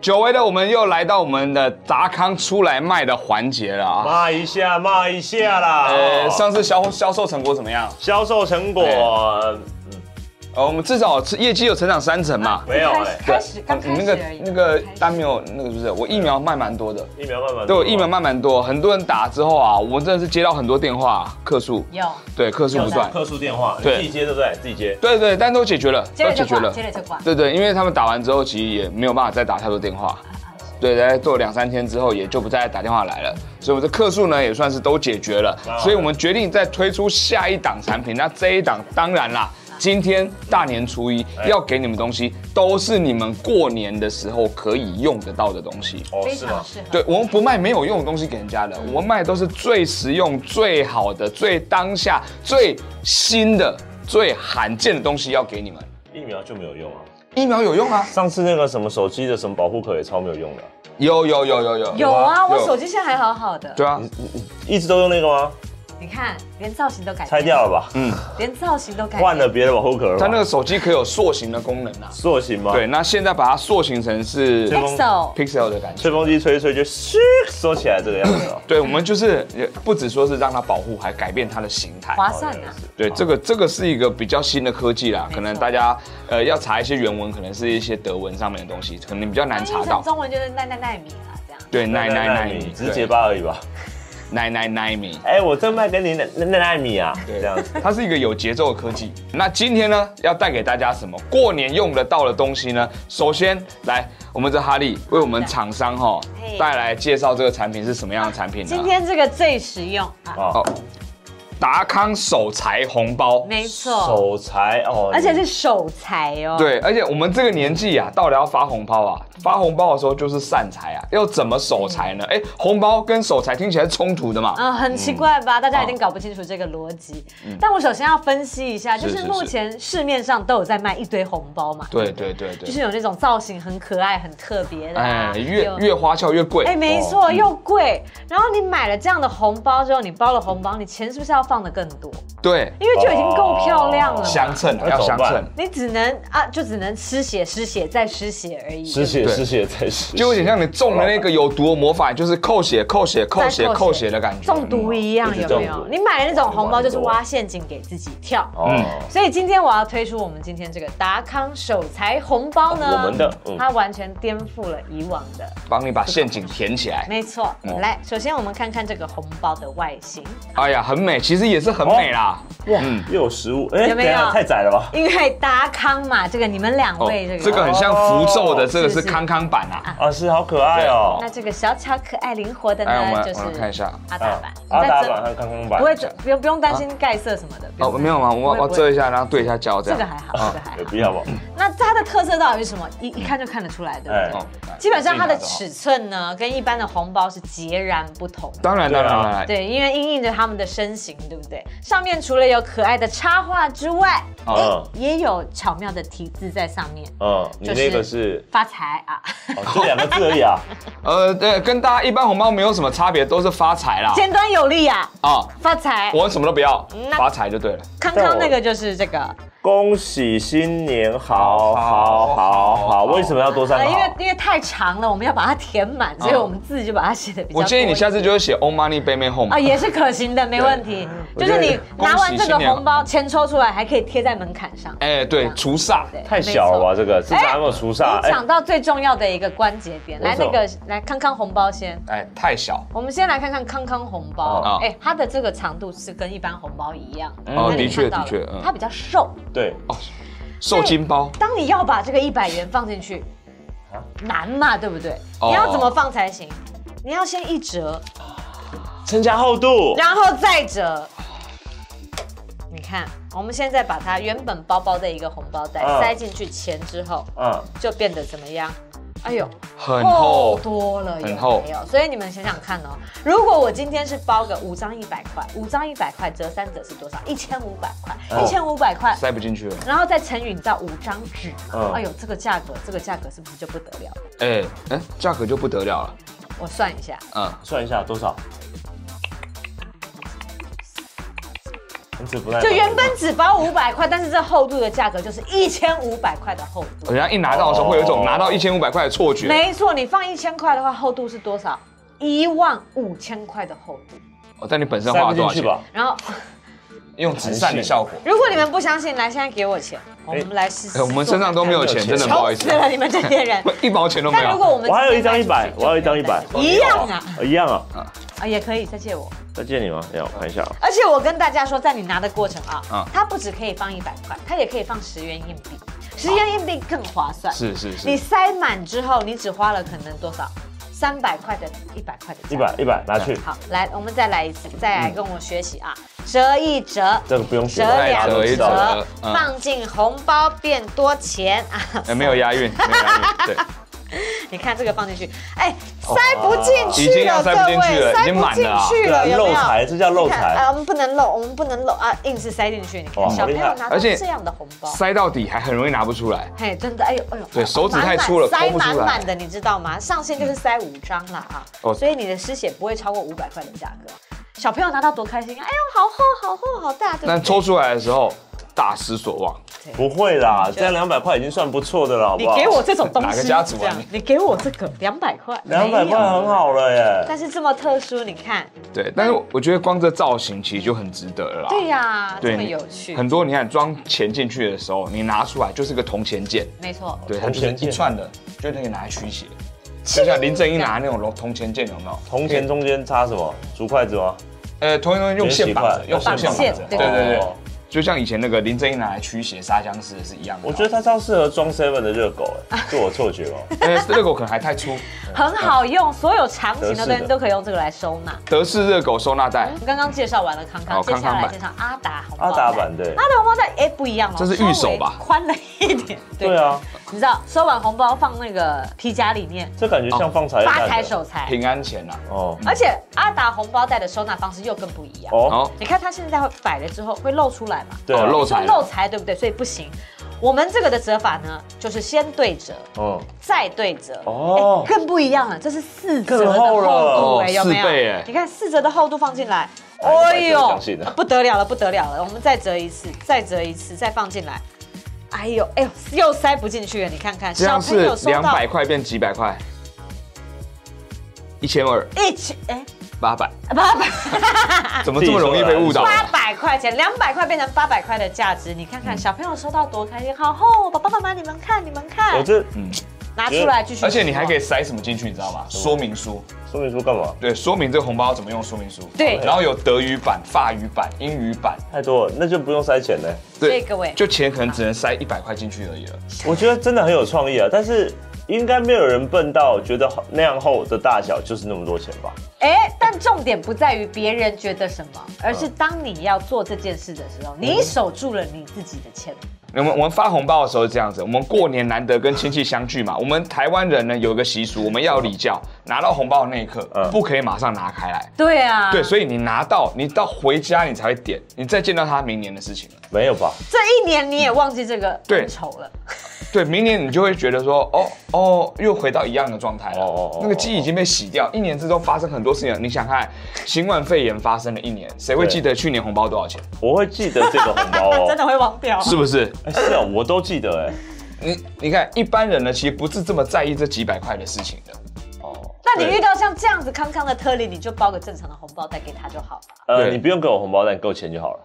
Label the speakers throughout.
Speaker 1: 久违的，我们又来到我们的杂康出来卖的环节了啊！
Speaker 2: 骂一下，骂一下啦。
Speaker 1: 呃，上次销销售成果怎么样？
Speaker 2: 销售成果
Speaker 1: 哎呃，我们至少是业绩有成长三成嘛。嗯
Speaker 2: 没有
Speaker 3: 开
Speaker 2: 哎
Speaker 3: 始开始刚
Speaker 1: 你
Speaker 3: 开
Speaker 1: 那
Speaker 3: 始
Speaker 1: 个
Speaker 3: 而已
Speaker 1: 那个
Speaker 3: 刚开始
Speaker 1: 单没有那个是不是？我疫苗卖蛮多的，
Speaker 2: 疫苗慢慢啊
Speaker 1: 对我疫苗卖蛮多，很多人打之后啊，我们真的是接到很多电话，客诉，
Speaker 3: 有
Speaker 1: 对，客诉不断，
Speaker 2: 客诉电话，你
Speaker 1: 对
Speaker 2: 自己接对不对？自己接。
Speaker 1: 对对，但都解决了，
Speaker 3: 接
Speaker 1: 都
Speaker 3: 了
Speaker 1: 解
Speaker 3: 就
Speaker 1: 决
Speaker 3: 挂，
Speaker 1: 了，
Speaker 3: 接了就挂。
Speaker 1: 对对，因为他们打完之后，其实也没有办法再打太多电话，对，大概做两三天之后，也就不再打电话来了，所以我们的客数呢也算是都解决了
Speaker 2: 蛮好，的
Speaker 1: 所以我们决定再推出下一档产品。那这一档当然啦，今天大年初一
Speaker 2: 哎
Speaker 1: 要给你们东西，都是你们过年的时候可以用得到的东西。
Speaker 2: 哦
Speaker 3: 非
Speaker 2: 是吗
Speaker 3: 常？适合。
Speaker 1: 对，我们不卖没有用的东西给人家的，我们卖的都是最实用、最好的、最当下、最新的、最罕见的东西要给你们。
Speaker 2: 疫苗就没有用啊。
Speaker 1: 疫苗有用啊，
Speaker 2: 上次那个什么手机的什么保护壳也超没有用的啊，
Speaker 1: 有有有有有
Speaker 3: 有啊，
Speaker 1: 有
Speaker 3: 我手机现在还好好的。
Speaker 1: 对啊，
Speaker 2: 一直都用那个吗？
Speaker 3: 你看，连造型都改
Speaker 2: 拆
Speaker 3: 变，
Speaker 2: 掉了吧，
Speaker 3: 连造型都改变
Speaker 2: 换了别的保护壳了吧。
Speaker 1: 嗯它那个手机可以有塑形的功能啊。
Speaker 2: 塑形吗？
Speaker 1: 对，，那现在把它塑形成是
Speaker 2: 这
Speaker 3: Pixel
Speaker 1: Pixel 的感觉。
Speaker 2: 吹风机吹一吹就咻缩起来这个样子哦。
Speaker 1: 对，我们就是也不只说是让它保护，还改变它的形态。
Speaker 3: 划算啊，
Speaker 1: 对，这个这个是一个比较新的科技啦，
Speaker 3: 没错
Speaker 1: 可能大家呃要查一些原文，可能是一些德文上面的东西，可能比较哎难查
Speaker 3: 翻译
Speaker 1: 到嗯
Speaker 3: 成。中文就是奈奈奈米啊，这样。
Speaker 1: 对，奈奈奈米，
Speaker 2: 只是结巴而已吧。
Speaker 1: 对，奈奈奈米。
Speaker 2: 哎，我正卖给你那那那奈米啊，
Speaker 1: 对
Speaker 2: 这样子。
Speaker 1: 它是一个有节奏的科技。那今天呢，要带给大家什么过年用得到的东西呢？首先，来我们这哈利为我们厂商哈、
Speaker 3: 嘿
Speaker 1: 带来介绍这个产品是什么样的产品呢？
Speaker 3: 今天这个最实用啊，
Speaker 2: 哦
Speaker 1: 哦，达康手财红包。
Speaker 3: 没错，
Speaker 2: 手裁哦，
Speaker 3: 而且是手裁哦。，
Speaker 1: 对，而且我们这个年纪啊，到底要发红包啊？发红包的时候就是散财啊，要怎么守财呢？
Speaker 3: 嗯
Speaker 1: 哎，红包跟守财听起来是冲突的嘛？
Speaker 3: 啊，很奇怪吧？大家一定搞不清楚这个逻辑。但我首先要分析一下，就是是
Speaker 1: 是
Speaker 3: 目
Speaker 1: 是
Speaker 3: 前市面上都有在卖一堆红包嘛，
Speaker 1: 对对对
Speaker 3: 就
Speaker 1: 对，
Speaker 3: 是有那种造型很可爱、很特别的
Speaker 1: 哎
Speaker 3: 啊，，
Speaker 1: 越
Speaker 3: 有
Speaker 1: 越花俏越贵。
Speaker 3: 哎，没
Speaker 1: 哦，
Speaker 3: 错，又贵。然后你买了这样的红包之后，你包了红包，你钱是不是要放的更多？
Speaker 1: 对，
Speaker 3: 因为就已经够漂亮了嘛。
Speaker 1: 相称
Speaker 2: 那
Speaker 1: 要
Speaker 2: 怎么
Speaker 1: 相
Speaker 2: 办
Speaker 1: 称。
Speaker 3: 你只能啊，就只能失血、失血再失血而已。
Speaker 2: 失血
Speaker 1: 对
Speaker 2: 失血再失血，
Speaker 1: 就有点像你中了那个有毒的魔法，就是扣血、扣血、扣血、
Speaker 3: 再
Speaker 1: 扣血的感觉。嗯
Speaker 3: 中毒一样，
Speaker 2: 一直
Speaker 3: 有
Speaker 2: 中
Speaker 3: 没
Speaker 2: 毒
Speaker 3: 有？你买的那种红包就是挖陷阱给自己
Speaker 1: 嗯
Speaker 3: 跳。
Speaker 2: 哦。
Speaker 3: 所以今天我要推出我们今天这个达康手财红包呢，
Speaker 1: 哦
Speaker 2: 我们的嗯
Speaker 3: 它完全颠覆了以往的，
Speaker 1: 帮你把陷阱填起来。
Speaker 3: 没错
Speaker 1: 嗯。
Speaker 3: 来，首先我们看看这个红包的外形，
Speaker 1: 哎呀，很美，其实也是很美啦。
Speaker 2: 哇，
Speaker 1: 嗯
Speaker 2: 又有食物，哎，
Speaker 3: 有
Speaker 2: 等一
Speaker 3: 没有
Speaker 2: 下太窄了吧？
Speaker 3: 因为达康嘛，这个你们两位哦这个，
Speaker 1: 这个很像符咒的，
Speaker 2: 哦
Speaker 1: 这个哦是
Speaker 3: 是是
Speaker 1: 康康版啊。
Speaker 2: 啊，是好可爱哦
Speaker 3: 那。这个小巧可爱灵活的
Speaker 1: 哎，我们
Speaker 3: 呢，就是
Speaker 1: 我们看一下。
Speaker 3: 阿达版，
Speaker 2: 嗯阿
Speaker 3: 你在
Speaker 2: 达
Speaker 3: 这
Speaker 2: 版和康康版
Speaker 3: 不会，不用不用担心盖色什么的。不用
Speaker 1: 哦，没有吗？啊我
Speaker 3: 不会
Speaker 1: 我
Speaker 3: 不会
Speaker 1: 遮一下，然后对一下焦，这样。
Speaker 3: 这个还好，这个还好
Speaker 2: 有。必要吗？
Speaker 3: 那它的特色到底是什么？一一看就看得出来，对不
Speaker 2: 哎
Speaker 3: 对？
Speaker 1: 哦
Speaker 3: 基本上它的尺寸呢，跟一般的红包是截然不同的。
Speaker 1: 当然
Speaker 2: 对
Speaker 1: 当
Speaker 2: 啊
Speaker 1: 然当然。
Speaker 3: 对，因为因应着它们的身形，对不对？上面除了有可爱的插画之外，
Speaker 2: 嗯
Speaker 3: 也有巧妙的题字在上面，
Speaker 2: 嗯，你那个是
Speaker 3: 发财啊！
Speaker 2: 哦，就两个字而已啊。
Speaker 1: 呃，对，跟大家一般红包没有什么差别，都是发财啦。
Speaker 3: 尖端有力啊，
Speaker 1: 啊，
Speaker 3: 发财。
Speaker 1: 我们什么都不要
Speaker 3: 那，
Speaker 1: 发财就对了。
Speaker 3: 康
Speaker 2: 但
Speaker 3: 康
Speaker 2: 我
Speaker 3: 那个就是这个，
Speaker 2: 恭喜新年
Speaker 1: 好
Speaker 2: 好，好，好，
Speaker 1: 好
Speaker 2: 好，为什么要多三
Speaker 3: 呃
Speaker 2: 个
Speaker 3: 因为
Speaker 2: 好？
Speaker 3: 因为太长了，我们要把它填满，所以
Speaker 1: 嗯
Speaker 3: 我们字就把它写的比较多一点。
Speaker 1: 我建议你下次就会写 “All money back me home”
Speaker 3: 啊，。也是可行的，没问题。
Speaker 2: 我
Speaker 3: 就
Speaker 2: 觉得
Speaker 3: 是你拿完这个
Speaker 1: 恭喜新年
Speaker 3: 红包，钱抽出来还可以贴在门槛上。
Speaker 1: 哎，对，除煞。
Speaker 3: 对
Speaker 2: 太小了吧，？这个是哪有除煞？
Speaker 1: 哎
Speaker 2: 哎
Speaker 3: 你讲到最重要的一个关节点，来
Speaker 2: 没
Speaker 3: 那
Speaker 2: 错
Speaker 3: 个来康康红包先。
Speaker 1: 哎，太小。
Speaker 3: 我们先来看看康康红
Speaker 1: 哦
Speaker 3: 包，哎，它的这个长度是跟一般红包一样。
Speaker 1: 哦
Speaker 3: 那，你
Speaker 1: 的确
Speaker 3: 看到
Speaker 1: 的
Speaker 3: 了
Speaker 1: 确，嗯
Speaker 3: 它。比较瘦。
Speaker 2: 对，
Speaker 1: 受精包。
Speaker 3: 当你要把这个一百元放进去，难嘛，对不对？
Speaker 1: 啊哦
Speaker 3: 你要怎么放才行？你要先一折，
Speaker 2: 增加厚度。
Speaker 3: 然后再折。你看，我们现在把它原本包包的一个红包袋
Speaker 1: 啊
Speaker 2: 嗯
Speaker 3: 塞进去钱之后，
Speaker 2: 嗯，
Speaker 3: 就变得怎么样？哎呦，
Speaker 1: 很厚
Speaker 3: 多了，有
Speaker 1: 很厚
Speaker 3: 没有？所以你们想想看哦，如果我今天是包个五张一百块，五张一百块折三折是多少？一千五百块，
Speaker 2: 哦
Speaker 3: 一千五百块，
Speaker 1: 塞不进去了。
Speaker 3: 然后再乘以你知道五张纸嘛？
Speaker 2: 嗯
Speaker 3: 哎呦，这个价格，这个价格是不是就不得了了？
Speaker 1: 哎哎，价格就不得了了。
Speaker 3: 我算一下，
Speaker 1: 嗯，
Speaker 2: 算一下多少？纸不太
Speaker 3: 就原本只包五百块，但是这厚度的价格就是一千五百块的厚度。
Speaker 1: 人家一拿到的时候，会有一种
Speaker 2: 哦
Speaker 1: 拿到一千五百块的错觉。
Speaker 3: 没错，你放一千块的话，厚度是多少？一万五千块的厚度。
Speaker 1: 哦，但你本身
Speaker 2: 塞
Speaker 1: 花
Speaker 2: 不
Speaker 1: 了多少
Speaker 2: 进去
Speaker 1: 钱？
Speaker 2: 吧？
Speaker 3: 然后，
Speaker 1: 用纸扇的效果。
Speaker 3: 如果你们不相信，来现在给我钱，我们来试试。
Speaker 1: 哎，我们身上都没有钱，
Speaker 2: 没有
Speaker 1: 真
Speaker 2: 钱
Speaker 1: 的不好意思
Speaker 3: 死，哦了你们这些人。
Speaker 1: 一毛 钱都没
Speaker 3: 但如果
Speaker 1: 有。
Speaker 3: 我们
Speaker 2: 我还有一
Speaker 3: 今天
Speaker 2: 张一
Speaker 3: 卖
Speaker 2: 百
Speaker 3: 出，去
Speaker 2: 我还有一张一百，
Speaker 3: 一样啊，
Speaker 2: 哦一样啊，
Speaker 3: 啊也可以再借我。
Speaker 2: 再借你吗？没有，看一下啊。
Speaker 3: 而且我跟大家说，在你拿的过程啊，
Speaker 1: 嗯
Speaker 3: 它不只可以放一百块，它也可以放十元硬币，十元硬币更划算。
Speaker 1: 是是是
Speaker 3: 你塞满之后，你只花了可能多少？三百块的，一百块的，
Speaker 2: 一百。一百拿去，
Speaker 3: 好，来，我们再来一次，再来跟我学习啊，折一折。
Speaker 2: 这个不用学
Speaker 3: 折，两
Speaker 1: 折嗯一
Speaker 3: 折，
Speaker 1: 折嗯
Speaker 3: 放进红包变多钱 啊！
Speaker 1: 哎，没有押韵，没有押韵， 对，
Speaker 3: 你看这个放进去，哎，塞不进
Speaker 1: 哦已
Speaker 3: 去
Speaker 1: 经要
Speaker 3: 了，
Speaker 1: 塞
Speaker 3: 各
Speaker 1: 不进去了
Speaker 3: 位，
Speaker 1: 已经满了啊
Speaker 3: 去
Speaker 2: 对啊
Speaker 3: 了，有没
Speaker 2: 漏
Speaker 3: 有？
Speaker 2: 财，这叫漏
Speaker 3: 你看啊、
Speaker 2: 财。
Speaker 3: 我们不能漏，我们不能漏啊，硬是塞进去。你看
Speaker 2: 哇
Speaker 3: 小朋友
Speaker 2: 好厉害
Speaker 3: 拿到
Speaker 1: 而且
Speaker 3: 这样的红包，
Speaker 1: 塞到底还很容易拿不出来。
Speaker 3: 嘿，真的，哎呦，哎呦，
Speaker 1: 对
Speaker 3: 哎呦
Speaker 1: 手指太粗了
Speaker 3: 满满
Speaker 1: 抠不出
Speaker 3: 塞
Speaker 1: 来
Speaker 3: 满满的，你知道吗？上限就是塞五张了啊，
Speaker 1: 哦
Speaker 3: 所以你的失血不会超过五百块的价格。小朋友拿到多开心啊！哎呦，好厚，好厚，好大，对不对
Speaker 1: 但抽出来的时候，大失所望。
Speaker 2: 不会啦，这样两百块已经算不错的了，好
Speaker 3: 你
Speaker 2: 不好？
Speaker 3: 给我这种东西，
Speaker 1: 哪个家族啊
Speaker 3: 这样
Speaker 1: 你
Speaker 3: 你给我这个两百块，
Speaker 2: 两百
Speaker 3: 没
Speaker 2: 块
Speaker 3: 有
Speaker 2: 很好了耶。
Speaker 3: 但是这么特殊，你看，
Speaker 1: 对，但是我觉得光这造型其实就很值得了啦。
Speaker 3: 对呀、这么
Speaker 1: 你
Speaker 3: 有趣，
Speaker 1: 很啊多你看装钱进去的时候，你拿出来就是个铜钱剑，
Speaker 3: 没错。
Speaker 1: 对，它
Speaker 2: 铜
Speaker 1: 就是
Speaker 2: 钱
Speaker 1: 一
Speaker 2: 剑
Speaker 1: 串的，就可以拿来驱邪。就像林正英拿那种铜铜钱剑，有没有？
Speaker 2: 铜钱中间插什么？竹筷子吗？
Speaker 1: 呃，铜钱剑用线绑着，用
Speaker 2: 绑
Speaker 1: 红线绑
Speaker 3: 线
Speaker 1: 着。
Speaker 3: 对
Speaker 1: 对对对，
Speaker 2: 哦
Speaker 1: 就像以前那个林正英拿来驱邪杀僵尸的是一样的。
Speaker 2: 我觉得它超适合装 seven 的热狗，哎，
Speaker 3: 啊
Speaker 2: 是我错觉哦。
Speaker 1: 呃，热狗可能还太粗，
Speaker 3: 很好用，所有长
Speaker 2: 德
Speaker 3: 形的东
Speaker 2: 式
Speaker 3: 西
Speaker 2: 的
Speaker 3: 都可以用这个来收纳。
Speaker 1: 德式热狗收纳袋，
Speaker 3: 刚刚介绍完了康康，
Speaker 1: 好
Speaker 3: 接下
Speaker 1: 哦康康
Speaker 3: 来
Speaker 1: 版
Speaker 3: 介绍阿达红包
Speaker 2: 阿
Speaker 3: 袋
Speaker 2: 达版对
Speaker 3: 阿，达红包袋，哎，不一样哦，
Speaker 1: 这是御手吧
Speaker 3: 稍微宽了一点。
Speaker 2: 对，啊，
Speaker 3: 你知道收完红包放那个皮夹里面，
Speaker 2: 这感觉像放茶叶蛋
Speaker 3: 发
Speaker 2: 的
Speaker 3: 财守财。
Speaker 1: 平安钱啊呐。
Speaker 2: 哦
Speaker 3: 而且阿达红包袋的收纳方式又更不一样。
Speaker 2: 哦，
Speaker 1: 哦，
Speaker 3: 你看它现在会摆了之后会露出来嘛？
Speaker 2: 对啊
Speaker 1: 哦漏
Speaker 3: 是
Speaker 1: 财
Speaker 3: 漏
Speaker 1: 了，
Speaker 3: 财，对不对？所以不行。我们这个的折法呢，就是先对折，
Speaker 2: 嗯，
Speaker 3: 再对折
Speaker 2: 哦
Speaker 3: 哦，更不一样了，这是四折的
Speaker 2: 更
Speaker 3: 厚
Speaker 2: 厚了
Speaker 3: 度，
Speaker 1: 哦
Speaker 3: 哎，有没有？
Speaker 1: 四倍哎
Speaker 3: 你看四折的厚度放进来，
Speaker 2: 哎你
Speaker 3: 哎
Speaker 2: 把这个
Speaker 3: 呦
Speaker 2: 相信了，
Speaker 3: 不得了了，不得了了，我们再折一次，再折一次，再放进来，哎呦，哎呦，又塞不进去了，你看看，
Speaker 1: 这
Speaker 3: 小
Speaker 1: 样
Speaker 3: 朋
Speaker 1: 是
Speaker 3: 友收
Speaker 1: 两
Speaker 3: 到
Speaker 1: 百块变几百块，一千二
Speaker 3: 一千，哎，
Speaker 1: 八百，
Speaker 3: 八百啊
Speaker 1: 怎么这么容易被误导？啊
Speaker 3: 八百块钱，两百块变成八百块的价值，你看看
Speaker 1: 嗯
Speaker 3: 小朋友收到多开心，好厚，爸爸妈妈你们看，你们
Speaker 2: 我
Speaker 3: 看，
Speaker 2: 这嗯
Speaker 3: 拿出来继续，
Speaker 1: 而且你还可以。塞什么进去，你知道吗？说明书，
Speaker 2: 说明书干嘛？
Speaker 1: 对，说明这个红包怎么用说明书。
Speaker 3: 对
Speaker 1: 然后有德语版、法语版、英语版。
Speaker 2: 太多了，那就不用塞钱嘞。
Speaker 3: 所以各位
Speaker 1: 就钱可能只能塞一百块进去而已了。
Speaker 2: 我觉得真的很有创意啊，但是应该没有人笨到觉得那样厚的大小就是那么多钱吧？
Speaker 3: 哎，但重点不在于别人觉得什么，而是当你要做这件事的时候，你守住了你自己的钱。
Speaker 1: 我们我们发红包的时候是这样子，我们过年难得跟亲戚相聚嘛，我们台湾人呢有一个习俗，我们要礼教，拿到红包的那一刻
Speaker 2: 嗯
Speaker 1: 不可以马上拿开来，
Speaker 3: 对啊，
Speaker 1: 对，所以你拿到，你到回家你才会点，你再见到他明年的事情了。
Speaker 2: 没有吧？
Speaker 3: 这一年你也忘记这个
Speaker 1: 对
Speaker 3: 恩仇了。
Speaker 1: 对，明年你就会觉得说，哦哦，又回到一样的状态了。
Speaker 2: 哦哦
Speaker 1: 哦
Speaker 2: 哦哦
Speaker 1: 那个记忆已经被洗掉，一年之中发生很多事情了。你想看，新冠肺炎发生了一年，谁会
Speaker 2: 对
Speaker 1: 记得去年红包多少钱？
Speaker 2: 我会记得这个红包
Speaker 3: 真
Speaker 2: 哦。
Speaker 3: 的会忘掉。
Speaker 1: 是不是？
Speaker 2: 哎，是啊，我都记得哎。
Speaker 1: 你你看，一般人呢，其实不是这么在意这几百块的事情的。
Speaker 2: 哦，
Speaker 3: 那你遇到像这样子康康的特例，你就包个正常的红包袋给他就好了。
Speaker 2: 呃，
Speaker 1: 对
Speaker 2: 你不用给我红包袋，你给我钱就好了。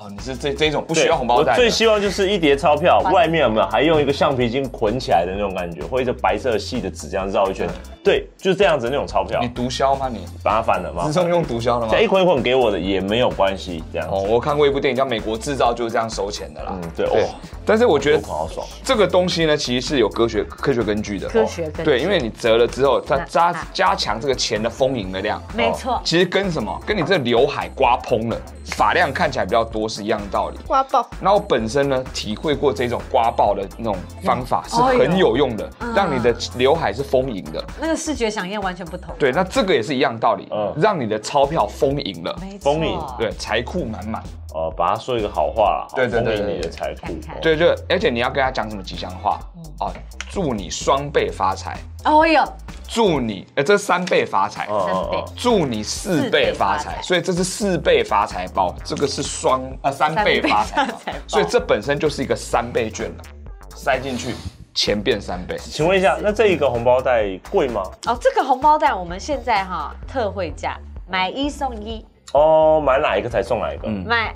Speaker 1: 哦，你是这这种不
Speaker 2: 对
Speaker 1: 需要红包袋
Speaker 2: 我
Speaker 1: 的。
Speaker 2: 最希望就是一叠钞票，外面有没有还用一个橡皮筋捆起来的那种感觉，或者白色细的纸这样绕一圈。对，就是这样子那种钞票
Speaker 1: 嗯你，毒枭吗？你
Speaker 2: 麻烦了嘛
Speaker 1: 是。用毒枭的吗
Speaker 2: 这？样一捆一捆给我的也没有关系，这样
Speaker 1: 哦，
Speaker 2: 子。
Speaker 1: 我看过一部电影叫《美国制造》，就是这样收钱的啦。
Speaker 2: 嗯，对，
Speaker 1: 对
Speaker 2: 哦，，
Speaker 1: 但是我觉
Speaker 2: 我
Speaker 1: 得
Speaker 2: 捆好爽。
Speaker 1: 这个东西呢，其实是有科学科学根据的。哦
Speaker 3: 科学根据
Speaker 1: 对，因为你折了之后，它
Speaker 3: 那
Speaker 1: 加
Speaker 3: 那
Speaker 1: 加强这个钱的丰盈的量。
Speaker 3: 没错，
Speaker 1: 其实跟什么，跟你这刘海刮蓬了，发量看起来比较多是一样的道理。
Speaker 3: 刮爆。
Speaker 1: 那我本身呢，体会过这种刮爆的那种方法
Speaker 3: 哎
Speaker 1: 是很有用的，
Speaker 3: 嗯
Speaker 1: 让你的刘海是丰盈的。
Speaker 3: 那个视觉响应完全不同。
Speaker 1: 对，那这个也是一样道理
Speaker 2: 嗯，
Speaker 1: 让你的钞票丰盈了，
Speaker 3: 没错，
Speaker 2: 蜂蜜
Speaker 1: 对，财库满满。
Speaker 2: 哦，把它说一个好话啦，好
Speaker 1: 对对对
Speaker 2: 丰盈
Speaker 1: 对
Speaker 2: 你的
Speaker 1: 对
Speaker 2: 财库
Speaker 3: 看。看
Speaker 2: 哦
Speaker 1: 对
Speaker 3: 嗯
Speaker 1: 啊对，而且你要跟他讲什么吉祥话哦，祝你双倍发财，
Speaker 3: 哦哟，
Speaker 1: 祝你，呃，这三倍发财。
Speaker 2: 哦
Speaker 3: 三倍
Speaker 1: 祝你四倍发
Speaker 3: 四倍发
Speaker 1: 财，
Speaker 3: 财
Speaker 1: 所以这是四倍发财包，这个是双呃三倍发财包
Speaker 3: 三倍发财包，
Speaker 1: 所以这本身就是一个三倍券了，塞进去钱变三倍，
Speaker 2: 请问一下，那这一个红包袋贵吗？
Speaker 3: 哦，这个红包袋我们现在哈特惠价，买一送一，
Speaker 2: 哦，买哪一个才送哪一个？
Speaker 1: 嗯
Speaker 2: 嗯，
Speaker 3: 买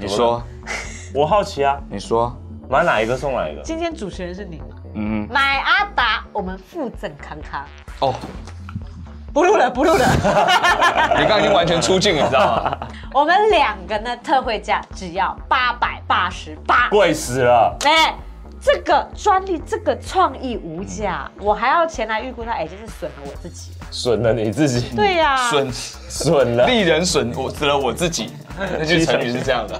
Speaker 1: 你说
Speaker 2: 我好奇啊，
Speaker 1: 你说，
Speaker 2: 买哪一个送哪一个？
Speaker 3: 今天主持人是你吗？
Speaker 1: 嗯
Speaker 3: 买阿达，我们附赠康康，
Speaker 1: 哦，
Speaker 3: 不录了，不录了。
Speaker 1: 你刚刚已经完全出镜了，你知 道
Speaker 2: 啊
Speaker 1: 吗？
Speaker 3: 我们两个呢特惠价只要八百八十八，
Speaker 2: 贵死了！
Speaker 3: 哎，这个专利，这个创意无价，我还要前来预估它，哎，真是损了我自己了。
Speaker 2: 损了你自己，
Speaker 3: 对呀、
Speaker 1: 嗯损
Speaker 2: 损了。
Speaker 1: 利人损我只了我自 己，那句成语是这样的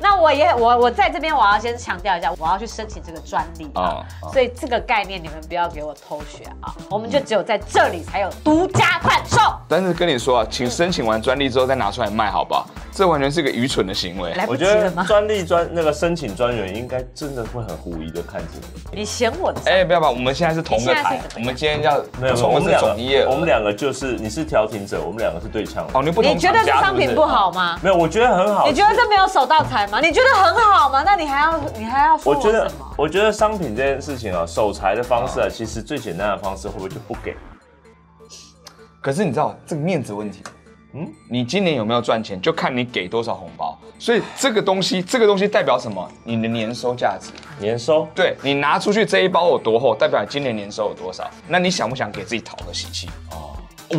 Speaker 3: 那我也我我在这边我要先强调一下，我要去申请这个专利啊，
Speaker 1: 啊。哦
Speaker 3: 所以这个概念你们不要给我偷学啊，我们就只有在这里才有独家贩售。
Speaker 1: 但是跟你说啊，请申请完专利之后再拿出来卖，好不好？这完全是个愚蠢的行为。
Speaker 3: 来不
Speaker 2: 我
Speaker 3: 及
Speaker 2: 觉
Speaker 3: 了
Speaker 2: 得
Speaker 3: 吗？
Speaker 2: 专利专那个申请专员应该真的会很狐疑的看着你。
Speaker 3: 你嫌我的？
Speaker 1: 哎、不要吧，我们现在是同个
Speaker 3: 你现在
Speaker 1: 台
Speaker 3: 是怎
Speaker 1: 我
Speaker 3: 么，样
Speaker 1: 们今天要
Speaker 2: 没有，没有
Speaker 1: 从
Speaker 2: 我
Speaker 1: 的
Speaker 2: 们
Speaker 1: 是
Speaker 2: 两
Speaker 1: 总业额，
Speaker 2: 个，我们两个就是你是调停者，我们两个是对枪。
Speaker 1: 哦，你不同哦
Speaker 3: 你觉得
Speaker 1: 厂
Speaker 3: 这
Speaker 1: 家
Speaker 3: 商
Speaker 1: 是
Speaker 3: 品
Speaker 1: 是
Speaker 3: 不好吗？
Speaker 2: 没有，我觉得很好。
Speaker 3: 你觉得这没有手到财吗？你觉得很好吗？那你还要你还要说
Speaker 2: 我
Speaker 3: 我
Speaker 2: 觉得
Speaker 3: 什么，？
Speaker 2: 我觉得商品这件事情啊，守财的方式啊，其实最简单的方式会不会就不给？
Speaker 1: 可是你知道这个面子问题，嗯
Speaker 2: 嗯，
Speaker 1: 你今年有没有赚钱，就看你给多少红包。所以这个东西，这个东西代表什么？你的年收价值。
Speaker 2: 年收
Speaker 1: 对你拿出去这一包有多厚，代表你今年年收有多少。那你想不想给自己讨个喜气？哦，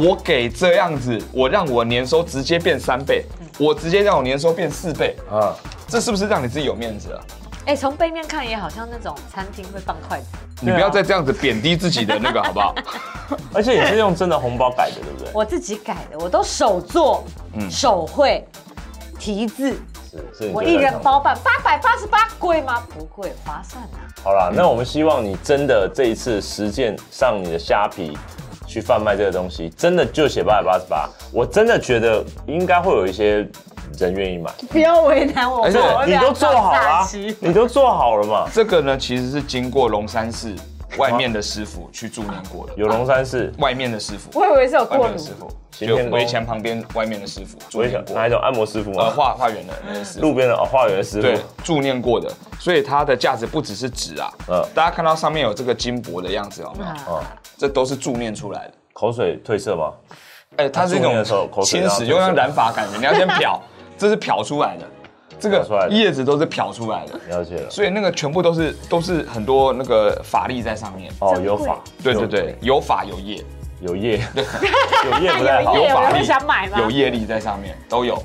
Speaker 1: 我给这样子，我让我年收直接变三倍，我直接让我年收变四倍，
Speaker 2: 啊，
Speaker 1: 这是不是让你自己有面子了？啊
Speaker 3: 哎，从背面看也好像那种餐厅会放筷子。
Speaker 2: 啊
Speaker 1: 你不要再这样子贬低自己的那个，好不 好？
Speaker 2: 而且你是用真的红包改的，对不对？
Speaker 3: 我自己改的，我都手做，手绘，题字，
Speaker 2: 是是，你
Speaker 3: 我
Speaker 2: 觉得
Speaker 3: 一人
Speaker 2: 很好
Speaker 3: 包办，八百八十八，贵吗？不贵，划算啊！
Speaker 2: 好啦，那我们希望你真的这一次实践上你的虾皮去贩卖这个东西，真的就写八百八十八。我真的觉得应该会有一些人愿意买。
Speaker 3: 不要为难我，
Speaker 1: 而且
Speaker 3: 我
Speaker 2: 你都做好啊
Speaker 3: 了
Speaker 2: 啦，你都做好了嘛？
Speaker 1: 这个呢，其实是经过龙山寺外面的师傅去助念过的，
Speaker 2: 有龙山寺，
Speaker 1: 外面的师傅。
Speaker 3: 我以为是有
Speaker 1: 外
Speaker 3: 过
Speaker 1: 面的
Speaker 3: 炉
Speaker 1: 师，傅，
Speaker 2: 行
Speaker 1: 就
Speaker 2: 天宫
Speaker 1: 围墙旁边外面的师傅，
Speaker 2: 我
Speaker 1: 助
Speaker 2: 也
Speaker 1: 念
Speaker 2: 想
Speaker 1: 过
Speaker 2: 哪一种按摩师傅
Speaker 1: 呃
Speaker 2: 吗？
Speaker 1: 画画圆的那个师
Speaker 2: 路
Speaker 1: 傅，
Speaker 2: 边的哦化缘师
Speaker 1: 对
Speaker 2: 傅。，
Speaker 1: 助念过的，所以它的价值不只是纸啊，
Speaker 2: 嗯
Speaker 1: 大家看到上面有这个金箔的样子，有没有？
Speaker 3: 啊
Speaker 1: 这都是助念出来的。
Speaker 2: 口水褪色吗？
Speaker 1: 哎，它是一
Speaker 2: 助念
Speaker 1: 种
Speaker 2: 的时候口水
Speaker 1: 侵蚀，
Speaker 2: 要
Speaker 1: 就像染发感觉，你要先 漂，这是漂出来的，这
Speaker 2: 漂出来
Speaker 1: 个
Speaker 2: 的
Speaker 1: 叶子都是漂出来的，
Speaker 2: 了解了。
Speaker 1: 所以那个全部都是都是很多那个法力在上面。
Speaker 2: 哦，
Speaker 3: 珍贵
Speaker 2: 有法，
Speaker 1: 对对对，有法有业，
Speaker 2: 有，有 业， 有业不太好
Speaker 3: 有。业
Speaker 1: 法
Speaker 3: 有
Speaker 1: 力
Speaker 3: 人会想买吗
Speaker 1: 有业力在上面都有。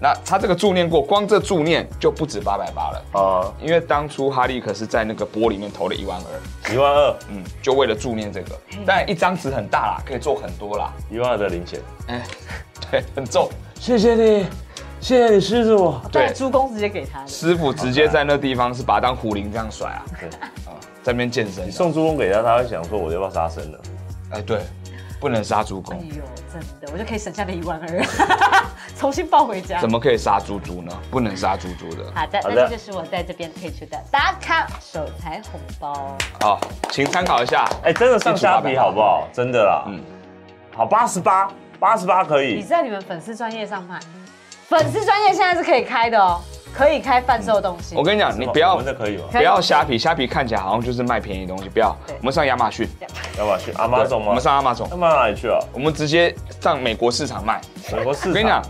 Speaker 1: 那他这个助念过，光这助念就不止八百八了。
Speaker 2: 啊，
Speaker 1: 因为当初哈利可是在那个波里面投了一万二，
Speaker 2: 一万二，
Speaker 1: 嗯，就为了助念这个。
Speaker 3: 嗯
Speaker 1: 但一张纸很大啦，可以做很多啦，
Speaker 2: 一万二的零钱。
Speaker 1: 哎，对，很重。
Speaker 2: 谢谢你，谢谢你师傅。
Speaker 1: 对
Speaker 3: 对，朱公直接给他的。
Speaker 1: 师傅直接在那地方是把他当狐狸这样甩啊，
Speaker 2: 对
Speaker 1: 在那边健身
Speaker 2: 哦你
Speaker 1: 的。
Speaker 2: 送猪公给他，他会想说我要不要杀生了？
Speaker 1: 哎，对，不能杀猪
Speaker 3: 哎
Speaker 1: 公，
Speaker 3: 呦，真的，我就可以省下那一万二， 重新抱回家
Speaker 1: 怎。么可以杀猪猪呢？不能杀猪猪的。
Speaker 3: 好的，
Speaker 2: 好
Speaker 3: 那
Speaker 2: 的
Speaker 3: 这就是我在这边推出的打卡手财红包。
Speaker 1: 好，请参考一下。
Speaker 2: 哎、真的上虾皮好不好？真的啦，
Speaker 1: 嗯
Speaker 2: 嗯，好，八十八，八十八可
Speaker 3: 你
Speaker 2: 以。
Speaker 3: 在你们粉丝专业上卖，粉丝专业现在是可以开的哦，可以开贩售东西。
Speaker 1: 嗯我跟你讲，你不
Speaker 2: 我
Speaker 1: 要
Speaker 2: 们的可以吗？
Speaker 3: 可以
Speaker 1: 不要虾皮，虾皮看起来好像就是卖便宜东西，不要
Speaker 3: 对。
Speaker 1: 我们上亚马逊，
Speaker 2: 要不要去阿妈总吗？
Speaker 1: 我们上亚马逊
Speaker 2: 要，不然哪里去啊？
Speaker 1: 我们直接上美国市场卖。
Speaker 2: 美国市场。
Speaker 1: 我跟你讲，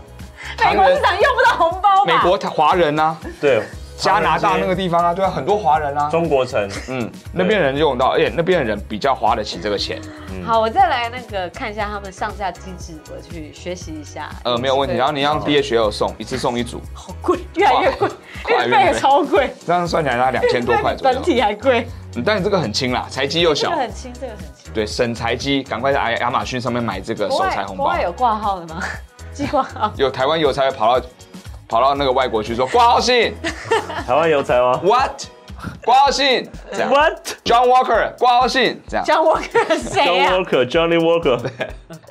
Speaker 3: 美国市场用不到红包吧？
Speaker 1: 美国华人啊，
Speaker 2: 对，
Speaker 1: 加拿大那个地方啊，对啊，很多华人啊，
Speaker 2: 中 国城，
Speaker 1: 嗯，那边人用得到，而且那边的人比较花得起这个钱，
Speaker 2: 嗯
Speaker 3: 好，我再来那个看一下他们上架机制，我去学习一下。
Speaker 1: 呃，没有问题。然后
Speaker 3: 你
Speaker 1: 你让毕业学友送一次送一组，
Speaker 3: 好贵，越来越贵，
Speaker 1: 快越
Speaker 3: 运
Speaker 1: 来
Speaker 3: 费
Speaker 1: 越
Speaker 3: 也超贵，
Speaker 1: 这样算起来大概两千多块
Speaker 3: 比
Speaker 1: 左右
Speaker 3: 本。体还贵。
Speaker 1: 嗯但你这个很轻啦，财机又
Speaker 3: 这个
Speaker 1: 小，
Speaker 3: 很轻，这个很轻。
Speaker 1: 对，省财机，赶快在亚马逊上面买这个
Speaker 3: 国
Speaker 1: 手
Speaker 3: 外
Speaker 1: 财红
Speaker 3: 国
Speaker 1: 包
Speaker 3: 外。有挂号的吗？ 寄挂号。
Speaker 1: 有台湾邮差跑到跑到那个外国去说挂号信
Speaker 2: 台湾邮差吗？
Speaker 1: ，what？挂号信，这样
Speaker 2: What
Speaker 1: John Walker 挂号信，这样。
Speaker 3: John Walker 谁啊
Speaker 2: John
Speaker 3: 呀、
Speaker 2: Walker Johnny Walker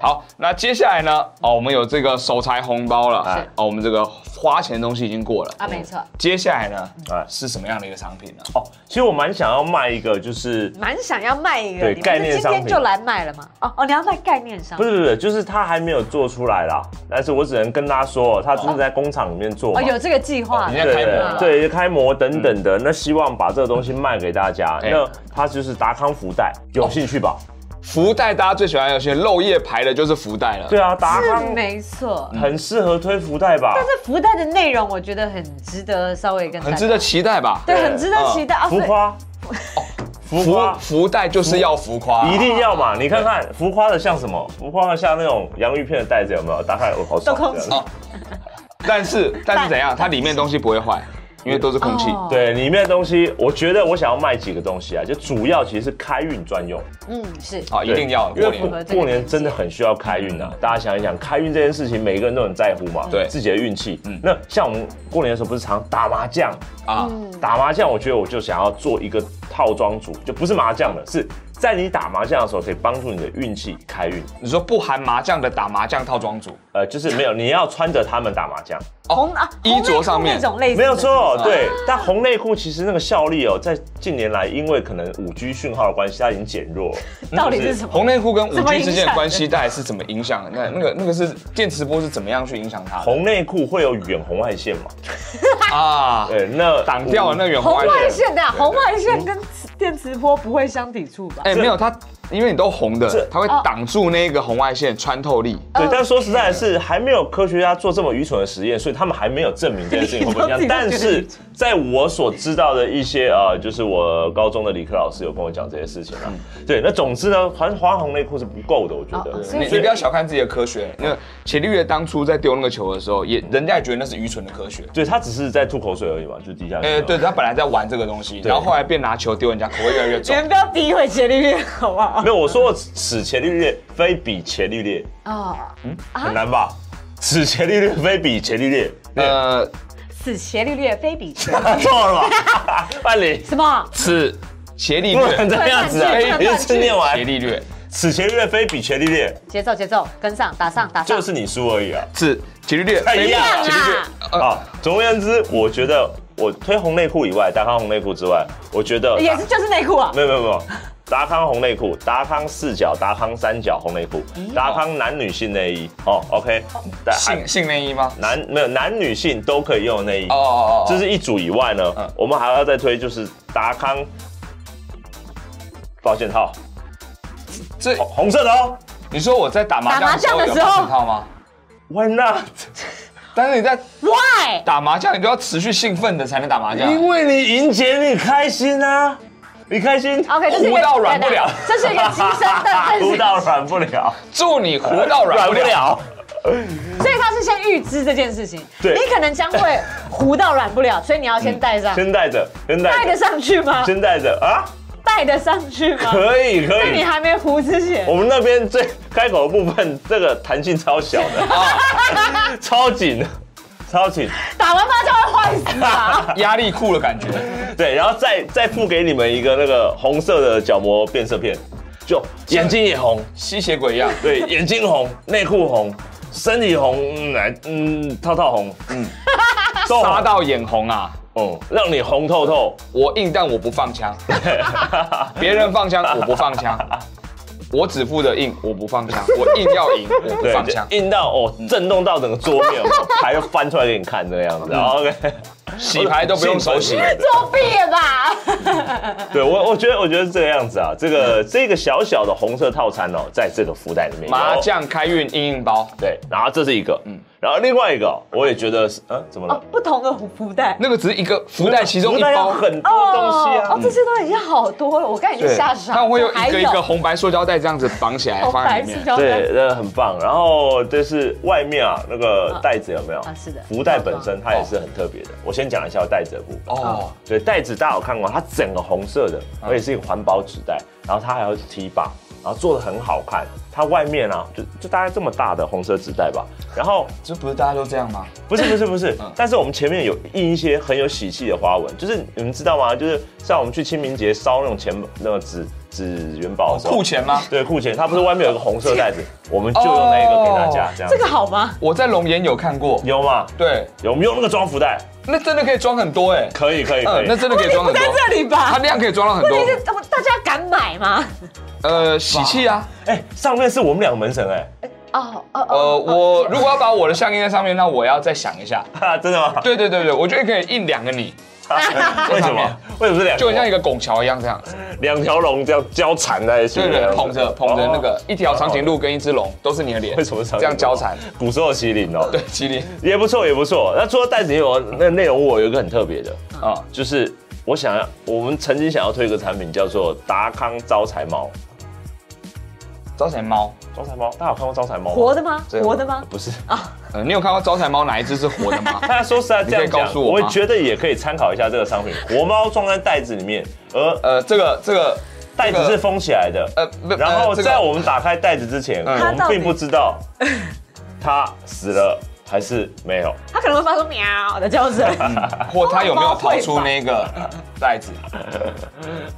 Speaker 1: 好，那接下来呢？哦，我们有这个手财红包了，
Speaker 2: 是
Speaker 1: 哦，我们这个花钱的东西已经过了。
Speaker 3: 啊，没错，
Speaker 1: 接下来呢呃
Speaker 2: 哎，
Speaker 1: 是什么样的一个商品呢？
Speaker 2: 哦，其实我蛮想要卖一个，就是
Speaker 3: 蛮想要卖一个，
Speaker 2: 对
Speaker 3: 你不
Speaker 2: 概
Speaker 3: 是
Speaker 2: 念
Speaker 3: 今
Speaker 2: 商
Speaker 3: 天
Speaker 2: 品
Speaker 3: 就来卖了吗？哦哦，你要卖概念商
Speaker 2: 不
Speaker 3: 品，
Speaker 2: 是不是不是，就是他还没有做出来啦，但是我只能跟他说，他真的在工厂里面做嘛。
Speaker 3: 哦，有这个计划
Speaker 1: 你
Speaker 3: 了，
Speaker 1: 在
Speaker 2: 对
Speaker 1: 开模了，
Speaker 2: 对，开模等等的，那希望把这个东西卖给大家。
Speaker 1: 哎
Speaker 2: 那它就是达康福袋，有兴趣吧？
Speaker 1: 福袋大家最喜欢，有些漏夜排的就是福袋了。
Speaker 2: 对啊，达
Speaker 3: 是
Speaker 2: 康
Speaker 3: 没错。
Speaker 2: 很适合推福袋吧？
Speaker 3: 但是福袋的内容，我觉得很值得稍微跟大家
Speaker 1: 很值得期待吧？
Speaker 3: 对，很值得期待啊！
Speaker 2: 浮
Speaker 3: 所以
Speaker 2: 夸，浮
Speaker 1: 福
Speaker 2: 夸
Speaker 1: 福袋就是要浮夸，
Speaker 2: 一定要嘛！你看看浮夸的像什么？浮夸的像那种洋芋片的袋子有没有？打开我好爽
Speaker 3: 都空
Speaker 2: 这样
Speaker 3: 气
Speaker 1: 哦但是但是怎样？它里面东西不会坏，因为都是空气。
Speaker 3: 哦
Speaker 2: 对，里面的东西，我觉得我想要卖几个东西啊，就主要其实是开运专用，
Speaker 3: 嗯，是
Speaker 1: 好，啊一定要
Speaker 2: 因
Speaker 1: 过
Speaker 2: 为
Speaker 1: 年嗯
Speaker 2: 过。过年真的很需要开运啊。大家想一想，开运这件事情，每一个人都很在乎嘛，
Speaker 1: 对嗯
Speaker 2: 自己的运气。那像我们过年的时候，不是常打麻将？
Speaker 1: 啊，
Speaker 3: 嗯
Speaker 2: 打麻将，我觉得我就想要做一个套装组，就不是麻将的，是在你打麻将的时候可以帮助你的运气开运。
Speaker 1: 你说不含麻将的打麻将套装组，
Speaker 2: 呃，就是没有，你要穿着它们打麻 将，
Speaker 3: 红啊，
Speaker 1: 衣着
Speaker 3: 红内裤
Speaker 1: 上面
Speaker 3: 那种类似的
Speaker 2: 没有错
Speaker 3: 是，不是
Speaker 2: 对。但红内裤其实那个效力哦，在近年来因为可能五 G 讯号的关系，它已经减弱了。 嗯
Speaker 3: 到底是什么？
Speaker 1: 嗯红内裤跟五
Speaker 3: 怎么
Speaker 1: G
Speaker 3: 影响
Speaker 1: 之间的关系带是怎么影响的？那那个那个是电磁波是怎么样去影响它的
Speaker 2: 红内裤会有远红外线嘛？
Speaker 1: 啊？
Speaker 2: 对，那
Speaker 1: 挡掉了那远
Speaker 3: 红
Speaker 1: 红
Speaker 3: 外
Speaker 1: 外线。嗯
Speaker 3: 线的啊红外线跟电磁波不会相抵触吧？
Speaker 1: 哎，
Speaker 2: 这
Speaker 1: 没有它，因为你都红的
Speaker 2: 这，
Speaker 1: 它会
Speaker 3: 哦
Speaker 1: 挡住那个红外线穿透力。
Speaker 2: 对，但说实在的是，还没有科学家做这么愚蠢的实验，所以他们还没有证明这件事情会不会一样
Speaker 3: 你。都自己都觉得
Speaker 2: 但是在我所知道的一些呃，就是我高中的理科老师有跟我讲这些事情啊。对，那总之呢，穿花红内裤是不够的，我觉
Speaker 3: 哦
Speaker 2: 得。
Speaker 3: 哦所以
Speaker 1: 你你不要小看自己的科学，那个伽利略当初在丢那个球的时候，也人家也觉得那是愚蠢的科学。
Speaker 2: 对他只是在吐口水而已嘛，就地下。
Speaker 1: 哎，对，他本来在玩这个东西，然后后来便拿球丢人家，口味越来越
Speaker 3: 你
Speaker 1: 重。
Speaker 3: 们不要诋毁伽利略，好不好
Speaker 2: 没？有，我说此伽利略非彼伽利略，
Speaker 3: 啊，
Speaker 2: 很难吧？此伽利略非彼伽利略，对，
Speaker 1: 呃，
Speaker 3: 此伽利略非彼伽利略，
Speaker 2: 错了吧？万里
Speaker 3: 什么？
Speaker 1: 此伽利
Speaker 2: 不
Speaker 1: 略
Speaker 2: 能，这样子啊！
Speaker 3: 不能
Speaker 2: 你一次念完
Speaker 1: 伽，利略，
Speaker 2: 此伽利略非彼伽利略，
Speaker 3: 节奏节奏跟上，打上打上，
Speaker 2: 就是你输而已啊。
Speaker 1: 此伽利略，
Speaker 2: 哎
Speaker 1: 非
Speaker 2: 一
Speaker 1: 彼
Speaker 2: 样啊
Speaker 1: 伽利略，呃
Speaker 2: 啊，总而言之，我觉得我推红内裤以外，达康红内裤之外，我觉得
Speaker 3: 也是就是内裤啊。
Speaker 2: 没有没有没有，达康红内裤、达康四角、达康三角红内裤、达康男女性内衣哦，OK，但
Speaker 1: 性性内衣吗？
Speaker 2: 男没有男女性都可以用的内衣
Speaker 1: 哦，哦哦，
Speaker 2: 这是一组以外呢
Speaker 1: 嗯，
Speaker 2: 我们还要再推就是达康保险套，
Speaker 1: 这
Speaker 2: 红红色的哦
Speaker 1: 你说我在打麻将
Speaker 3: 打麻将的时候
Speaker 1: 有保险套吗？
Speaker 2: ，Why not？
Speaker 1: 但是你在
Speaker 3: Why？
Speaker 1: 打麻将，你都要持续兴奋的才能打麻将。
Speaker 2: 因为你赢姐你开心啊，你开心。
Speaker 3: OK，这是一
Speaker 1: 胡
Speaker 3: 个
Speaker 1: 到软不了
Speaker 3: 这是一个亲生的 真
Speaker 2: 哭
Speaker 3: 实，
Speaker 2: 到软不了，
Speaker 1: 祝你胡到软不了。
Speaker 2: 了。
Speaker 3: 所以他是先预知这件事情，
Speaker 2: 对
Speaker 3: 你可能将会糊到软不了，所以你要先戴上，
Speaker 2: 先带着，先
Speaker 3: 戴
Speaker 2: 带
Speaker 3: 得
Speaker 2: 着，
Speaker 3: 上去吗？
Speaker 2: 先带着啊，
Speaker 3: 戴得上去吗？
Speaker 2: 可以可
Speaker 3: 在你
Speaker 2: 以。
Speaker 3: 还没糊之前
Speaker 2: 我，们那边最开口的部分，这个弹性超小 的，超紧的，超紧。
Speaker 3: 打完麻将会坏 死啊！
Speaker 1: 压力裤的感觉，
Speaker 2: 对，然后再再附给你们一个那个红色的角膜变色片，就眼睛也红，
Speaker 1: 吸血鬼一样。
Speaker 2: 对，眼睛 红，内裤红，身体红，嗯，来，嗯，套套红，嗯， 都
Speaker 1: 杀
Speaker 2: 红，
Speaker 1: 到眼红啊！
Speaker 2: 嗯，让你红透透。
Speaker 1: 我硬，但我不放 枪。别人放枪，我不放枪。我只负责硬，我不放枪。我硬要赢，我不
Speaker 2: 对，
Speaker 1: 放
Speaker 2: 就
Speaker 1: 枪。
Speaker 2: 硬到哦，震动到整个桌面，牌就翻出来给你看这个样子。OK，哦
Speaker 1: 洗牌嗯都不用手洗。
Speaker 3: 作弊了吧？
Speaker 2: 对我，我觉得我觉得是这个样子啊，这个这个小小的红色套餐哦，在这个福袋里面有
Speaker 1: 麻将开运硬硬包，
Speaker 2: 对，然后这是一个，嗯，然后另外一个我也觉得是，嗯，怎么
Speaker 3: 哦
Speaker 2: 了？，
Speaker 3: 不同的福袋。
Speaker 1: 那个只是一个福啊袋其中
Speaker 2: 福
Speaker 1: 一
Speaker 2: 袋有
Speaker 1: 包。
Speaker 2: 很多东西啊
Speaker 3: 哦，，这些东西已经好多了，我刚才已经
Speaker 1: 对，
Speaker 3: 吓傻了。
Speaker 1: 它会有一
Speaker 3: 还
Speaker 1: 个一个红白塑胶袋这样子绑起来
Speaker 3: 好
Speaker 1: 放在
Speaker 3: 白
Speaker 1: 里
Speaker 3: 痴
Speaker 1: 面。
Speaker 2: 嗯
Speaker 3: 胶
Speaker 2: 对
Speaker 3: 带。，
Speaker 2: 那很棒。然后就是外面啊，那个袋子有没有？
Speaker 3: 啊是的
Speaker 2: 福袋本身
Speaker 1: 啊
Speaker 2: 它也是很特别的。我先讲一下袋子的部分。
Speaker 1: 哦，嗯
Speaker 2: 对，袋子大家有看过，它整个红色的，而且是一个环保纸袋，然后它还有提把，然后做的很好看，它外面啊就就大概这么大的红色纸袋吧，然 后
Speaker 1: 这不是大家都这样吗？
Speaker 2: 不是不是不是，
Speaker 1: 嗯
Speaker 2: 但是我们前面有印一些很有喜气的花纹，就是你们知道吗？就是像我们去清明节烧那种钱那个纸纸元宝的时候，
Speaker 1: 库哦钱吗？
Speaker 2: 对库钱，它不是外面有个红色袋子，我们就用那个给大家
Speaker 1: 哦
Speaker 2: 这样子
Speaker 3: 这。个好吗？
Speaker 1: 我在龙岩有看过，
Speaker 2: 有吗？
Speaker 1: 对，
Speaker 2: 有我们用那个装福袋，
Speaker 1: 那真的可以装很多哎、
Speaker 2: 可以可以可
Speaker 1: 嗯，
Speaker 2: 以
Speaker 1: 那。真的可以装
Speaker 3: 不
Speaker 1: 很
Speaker 3: 在
Speaker 1: 多，
Speaker 3: 这里
Speaker 1: 它
Speaker 3: 吧？
Speaker 1: 量可以装到很多
Speaker 3: 问题。是，大家敢买吗？
Speaker 1: 呃，喜气啊，
Speaker 2: 哎，上面是我们两个门神哎，
Speaker 3: 哦哦
Speaker 1: 呃，我如
Speaker 3: 果
Speaker 1: 果要把我的像印在上面，那我要再想一下。
Speaker 2: 哈真的吗？
Speaker 1: 对对对对，我觉得可以印两个你，
Speaker 2: 为什么？ 为什么是两个？
Speaker 1: 就很像一个拱桥一样这样。
Speaker 2: 两条龙这样交缠在一起，
Speaker 1: 对
Speaker 2: 这
Speaker 1: 对
Speaker 2: 样子
Speaker 1: 捧着捧着那个
Speaker 2: 哦
Speaker 1: 一条长颈鹿跟一只龙都是你的脸，
Speaker 2: 为什么长颈鹿
Speaker 1: 这样交缠？
Speaker 2: 古时候的麒麟哦，
Speaker 1: 对，麒麟
Speaker 2: 也不错也不错。那除了袋子也有那内容，我有一个很特别的，
Speaker 1: 啊，
Speaker 2: 就是我想要，我们曾经想要推一个产品叫做达康招财猫。
Speaker 1: 招财猫，
Speaker 2: 招财猫，大家有看过招财猫吗？
Speaker 3: 活的吗？
Speaker 1: 这个
Speaker 3: 活的吗？
Speaker 2: 不是，
Speaker 1: 呃，你有看到招财猫哪一只是活的 吗？
Speaker 2: 大家说实在这样
Speaker 1: 你可以告
Speaker 2: 讲，
Speaker 1: 诉我
Speaker 2: 我
Speaker 1: 吗
Speaker 2: 觉得也可以参考一下这个商品。活猫装在袋子里面，而
Speaker 1: 呃，这个这个
Speaker 2: 袋子是封起来的。
Speaker 1: 呃，不
Speaker 2: 然后
Speaker 1: 呃这个
Speaker 2: 在我们打开袋子之前，
Speaker 1: 嗯
Speaker 2: 我们并不知 道它死了还是没有。
Speaker 3: 它可能会发出喵的叫声。
Speaker 2: 嗯
Speaker 1: 或它有没有逃出那 个袋子？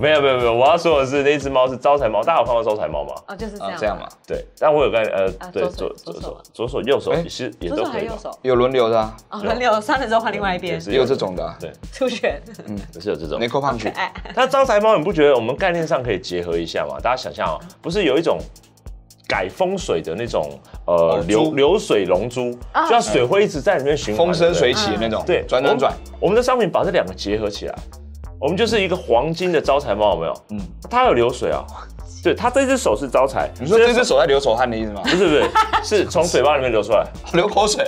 Speaker 2: 没有没有没有，我要说的是那只猫是招财猫，大家有看过招财猫吗？
Speaker 3: 哦，就是这
Speaker 1: 啊
Speaker 3: 样，，
Speaker 1: 这样嘛，
Speaker 2: 对，但我有跟呃
Speaker 3: 啊，
Speaker 2: 对，左
Speaker 3: 左手
Speaker 2: 左
Speaker 3: 左手
Speaker 2: 手、左手、右手
Speaker 1: 哎
Speaker 2: 其实也
Speaker 3: 左
Speaker 2: 都
Speaker 3: 手
Speaker 2: 可
Speaker 3: 还是
Speaker 2: 以吧
Speaker 3: 右。手？
Speaker 1: 有轮流的啊，
Speaker 3: 哦，轮流删了之后换另外一边
Speaker 2: 也，是
Speaker 1: 也有这种的啊
Speaker 2: 对，
Speaker 3: 出拳，
Speaker 2: 也是有这种
Speaker 1: 内。扣胖去。
Speaker 3: 哎，
Speaker 2: 那招财猫，你不觉得我们概念上可以结合一下吗？大家想象
Speaker 3: 啊
Speaker 2: 哦，不是有一种改风水的那种呃
Speaker 1: 珠
Speaker 2: 流流水龙珠，
Speaker 3: 啊
Speaker 2: 就像水会一直在里面循环，
Speaker 1: 风生水
Speaker 2: 起，
Speaker 1: 起的那种，
Speaker 2: 对，
Speaker 1: 转转转，
Speaker 2: 我们。我们的商品把这两个结合起来，我们就是一个黄金的招财猫，有没有？嗯
Speaker 1: 嗯，
Speaker 2: 它有流水啊，对，它这只手是招财，
Speaker 1: 你说这只手在流手汗的意思吗？
Speaker 2: 不是不是，是从嘴巴里面流出来，
Speaker 1: 流口水，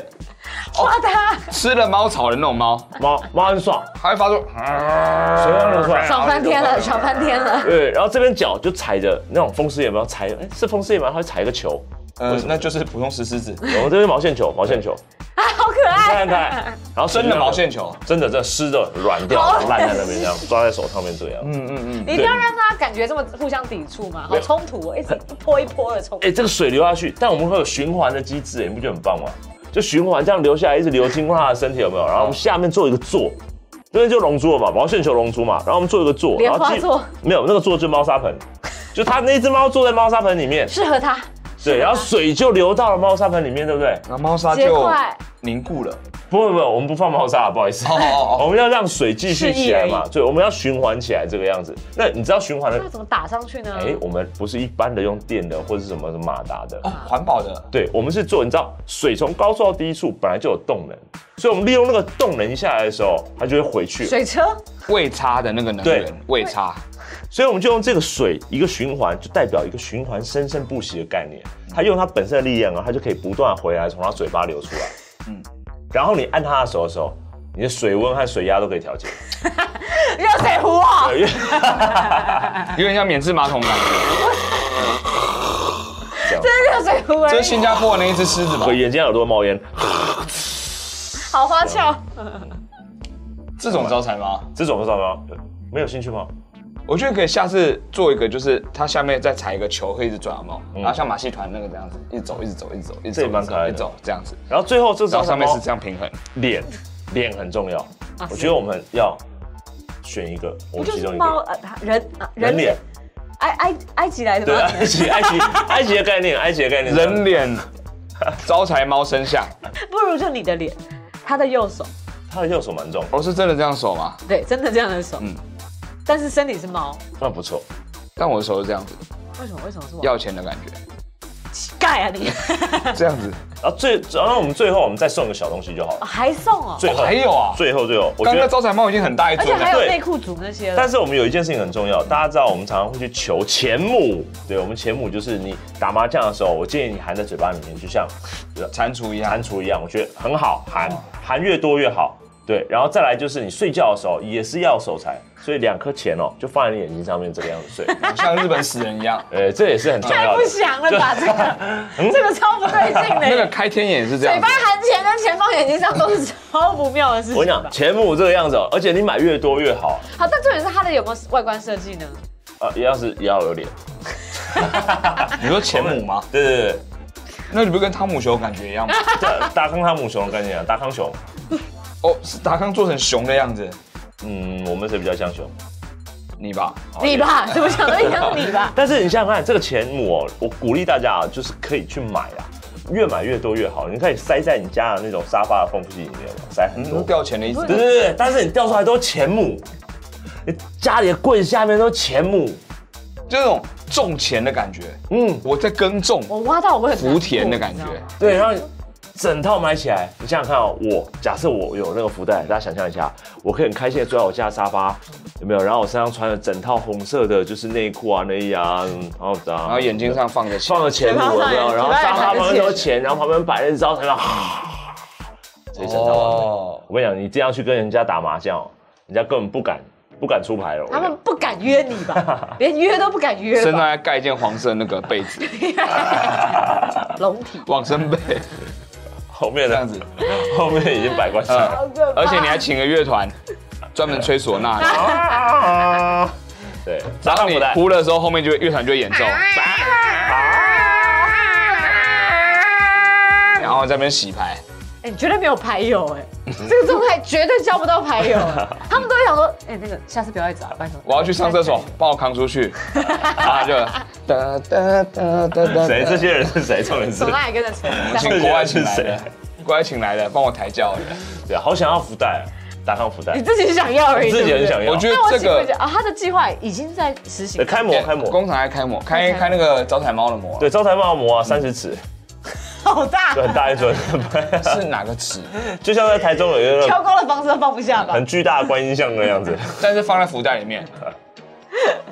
Speaker 2: 哦
Speaker 3: 哇它
Speaker 1: 吃了猫草的那种猫，
Speaker 2: 猫猫很爽，
Speaker 1: 它会发出，啊
Speaker 2: 嘴巴流出来。
Speaker 3: 爽翻天了，爽翻天了。
Speaker 2: 对，然后这边脚就踩着那种风狮眼，有没有踩？哎，是风狮眼吗？它会踩一个球，
Speaker 1: 呃，那就是普通石狮子，
Speaker 2: 我们这是毛线球，毛线球，
Speaker 3: 啊，好可爱！
Speaker 2: 看 看看，然后
Speaker 1: 真的毛线，球，哦
Speaker 2: 真的这湿的软掉
Speaker 3: 好恶心
Speaker 2: 烂在那边这样，抓在手上面这样。
Speaker 1: 嗯嗯嗯，
Speaker 3: 你一定要让大家感觉这么互相抵触嘛，好冲突哦，一直一波一波的冲突
Speaker 2: 哎，。这个水流下去，但我们会有循环的机制，你不觉得很棒吗？就循环这样流下来，一直流经过它的身体，有没有？然后我们下面做一个座。因为就龙珠了嘛，毛线球龙珠嘛，然后我们做一个座，
Speaker 3: 莲
Speaker 2: 然后
Speaker 3: 花
Speaker 2: 基
Speaker 3: 座
Speaker 2: 没有那个座就是猫砂盆，就它那只猫坐在猫砂盆里 面，
Speaker 3: 适合它，
Speaker 2: 对，然后水就流到了猫砂盆里面，对不对？
Speaker 1: 那猫砂
Speaker 3: 结
Speaker 1: 就
Speaker 3: 块
Speaker 1: 凝固了，
Speaker 2: 不不不，我们不放猫砂，不好意思。
Speaker 1: 哦哦哦，
Speaker 2: 我们要让水继续起来嘛
Speaker 3: 示，
Speaker 2: 对，我们要循环起来这个样子。那你知道循环的
Speaker 3: 那？怎么打上去呢？
Speaker 2: 哎、我们不是一般的用电的或是什么什么马达的，
Speaker 1: 哦环保的，
Speaker 2: 对，我们是做你知道水从高处到低处本来就有动能，所以我们利用那个动能下来的时候，它就会回去。
Speaker 3: 水车
Speaker 1: 未擦的那个能
Speaker 2: 对
Speaker 1: 源，未擦，
Speaker 2: 所以我们就用这个水一个循环，就代表一个循环生生不息的概念。
Speaker 3: 嗯
Speaker 2: 它用它本身的力量啊，它就可以不断地回来，从它嘴巴流出来。嗯
Speaker 1: 嗯，
Speaker 2: 然后你按它的手的时候，你的水温和水压都可以调节。
Speaker 3: 热水壶哦，
Speaker 2: 对因为
Speaker 1: 有点像免治马桶的感觉，
Speaker 3: 热水壶而
Speaker 1: 这是
Speaker 3: 已，
Speaker 1: 新加坡的那一只狮子吧
Speaker 2: 我？眼睛耳朵冒烟，
Speaker 3: 好花
Speaker 2: 哦
Speaker 3: 俏。
Speaker 1: 这种招财猫，
Speaker 2: 这种不知道吗？没有兴趣吗？
Speaker 1: 我觉得可以下次做一个，就是它下面再踩一个球，会一直转有没有然后像马戏团那个这样子，一直走，一直走，一直走，一直走，
Speaker 2: 嗯这也蛮可爱的
Speaker 1: 一直走这样子，
Speaker 2: 然后最后这
Speaker 1: 然
Speaker 2: 招
Speaker 1: 后上面是
Speaker 2: 猫
Speaker 1: 这样平衡，
Speaker 2: 脸，脸很重要。
Speaker 3: 嗯啊
Speaker 2: 我觉得我们要选一个，我
Speaker 3: 不
Speaker 2: 们
Speaker 3: 就
Speaker 2: 其
Speaker 3: 是
Speaker 2: 中一
Speaker 3: 猫
Speaker 2: 个
Speaker 3: 呃它人啊
Speaker 2: 人脸，，
Speaker 3: 埃埃埃及来的
Speaker 2: 对，啊
Speaker 3: 吗？
Speaker 2: 埃及埃及埃及的概念，埃及的概念，
Speaker 1: 人脸，招财猫身相，
Speaker 3: 不如就你的脸，他的右手，
Speaker 2: 他的右手蛮重，
Speaker 1: 我哦是真的这样手吗？
Speaker 3: 对，真的这样的手。
Speaker 1: 嗯
Speaker 3: 但是身体是猫，
Speaker 2: 那不错。
Speaker 1: 但我的手是这样子，
Speaker 3: 为什么为什么是我？
Speaker 1: 要钱的感觉，
Speaker 3: 乞丐啊 你，
Speaker 1: 这样子。
Speaker 2: 然后最，然后我们最后我们再送一个小东西就好了。
Speaker 3: 还送哦，
Speaker 2: 最
Speaker 1: 哦
Speaker 2: 后
Speaker 1: 还有啊
Speaker 2: 最后最后，我觉
Speaker 1: 刚刚
Speaker 2: 得，
Speaker 1: 招财猫已经很大一
Speaker 3: 而
Speaker 1: 尊
Speaker 3: 且还
Speaker 1: 了，
Speaker 3: 有
Speaker 2: 对
Speaker 3: 内裤组那些
Speaker 2: 但
Speaker 3: 了。
Speaker 2: 是我们有一件事情很重要，大家知道我们常常会去求钱母，对我们钱母就是你打麻将的时候，我建议你含在嘴巴里面，就像
Speaker 1: 蟾蜍一 样
Speaker 2: 蟾。蜍一样，我觉得很好，含含越多越好。对，然后再来就是你睡觉的时候也是要守财，所以两颗钱哦就放在你眼睛上面这个样子睡，。
Speaker 1: 像日本死人一样
Speaker 2: 呃，这也是很重
Speaker 3: 太
Speaker 2: 要
Speaker 3: 不
Speaker 2: 的。
Speaker 3: 祥了吧， 这个这个超不对劲
Speaker 1: 嗯那个
Speaker 3: 的。
Speaker 1: 开天眼也是这
Speaker 3: 嘴
Speaker 1: 样
Speaker 3: 巴
Speaker 1: 子，
Speaker 3: 含钱跟钱放眼睛上都是超不妙的事
Speaker 2: 我跟
Speaker 3: 情
Speaker 2: 你
Speaker 3: 吧
Speaker 2: 讲，。钱母这个样子哦，而且你买越多越好，
Speaker 3: 好，但重点是它的有没有外观设计呢？
Speaker 2: 呃，也要是也要有脸，
Speaker 1: 你说前哦母吗？
Speaker 2: 哎对对对，
Speaker 1: 那你不是跟汤姆熊感觉一样吗？
Speaker 2: 这达康汤姆熊跟你讲，啊达康熊，
Speaker 1: 哦，是达康做成熊的样子，
Speaker 2: 嗯，我们谁比较像熊？
Speaker 1: 你吧？
Speaker 3: 你吧，怎么想都一样你 吧。
Speaker 2: 但是你想想看，这个钱母哦，我鼓励大家啊，就是可以去买啊，越买越多越好。你可以塞在你家的那种沙发的缝隙里面嘛，啊塞很
Speaker 1: 你
Speaker 3: 嗯
Speaker 2: 多。
Speaker 1: 说掉钱的意思？
Speaker 2: 对对对，但是你掉出来都是钱母，你家里的柜子下面都是钱母，
Speaker 1: 就那种种钱的感觉，
Speaker 2: 嗯，
Speaker 1: 我在耕种
Speaker 3: 我挖到我很
Speaker 1: 福田的感觉
Speaker 3: 难过你知道吗
Speaker 2: 对，然后你整套买起来，你想想看哦，我假设我有那个福袋，大家想象一下，我可以很开心的坐在我家的沙发，有没有？然后我身上穿了整套红色的，就是内裤啊、内衣啊，嗯然后然
Speaker 1: 然后眼睛上放着钱
Speaker 2: 放，了钱母，有没有？然后沙发旁边都是钱，然后旁边摆了一只招财 猫，啊所以整套完美。
Speaker 1: 哦，
Speaker 2: 我跟你讲，你这样去跟人家打麻将哦，人家根本不敢不敢出牌了。我跟
Speaker 3: 他
Speaker 2: 你讲
Speaker 3: 们不敢约你吧， 连约都不敢约
Speaker 1: 身上
Speaker 3: 吧。
Speaker 1: 还盖一件黄色的那个被子，
Speaker 3: 龙体，
Speaker 1: 往生被
Speaker 2: 后
Speaker 1: 这
Speaker 2: 面的
Speaker 1: 样子，
Speaker 2: 后面已经百官上了。
Speaker 3: 好可怕
Speaker 1: 而且你还请个乐团，专门吹唢呐 的，
Speaker 2: 啊对，砸
Speaker 1: 然后
Speaker 2: 上
Speaker 1: 嗯你
Speaker 2: 福袋。
Speaker 1: 哭的时候，后面就会乐团就会演奏，然后在那边洗牌，
Speaker 3: 哎，你绝对没有牌友 哎，这个状态绝对交不到牌友哎。他们都会想说，哎，那个下次不要再找，拜托。
Speaker 1: 我要去上厕所，帮我扛出去，然后他就哒哒哒哒哒，
Speaker 2: 谁？这些人是谁？重点是
Speaker 3: 总，爱跟着扯。
Speaker 2: 这
Speaker 1: 请
Speaker 2: 些
Speaker 1: 国外
Speaker 2: 人
Speaker 1: 请
Speaker 2: 是
Speaker 1: 来
Speaker 2: 谁
Speaker 1: 的？， 国外请来的，帮我抬轿的。
Speaker 2: 对，啊好想要福袋，打上福袋
Speaker 3: 你，自己想要而已，
Speaker 2: 自己很想
Speaker 3: 要。
Speaker 2: 要。
Speaker 1: 我觉得
Speaker 3: 那我
Speaker 1: 这
Speaker 3: 请问一
Speaker 1: 个
Speaker 3: 下啊，他的计划已经在实行
Speaker 2: 对。开模开模，
Speaker 1: 工厂还开模，开
Speaker 3: 开模
Speaker 1: 开那个招财猫的模啊，
Speaker 2: 对，招财猫模啊，三十尺，
Speaker 3: 好大
Speaker 2: 就，很大 一尊，
Speaker 1: 是哪个尺？
Speaker 2: 就像在台中有一个那
Speaker 3: 挑
Speaker 2: 种
Speaker 3: 高的房子都放不下吧？
Speaker 2: 很巨大的观音像那样子。
Speaker 1: 但是放在福袋里 面。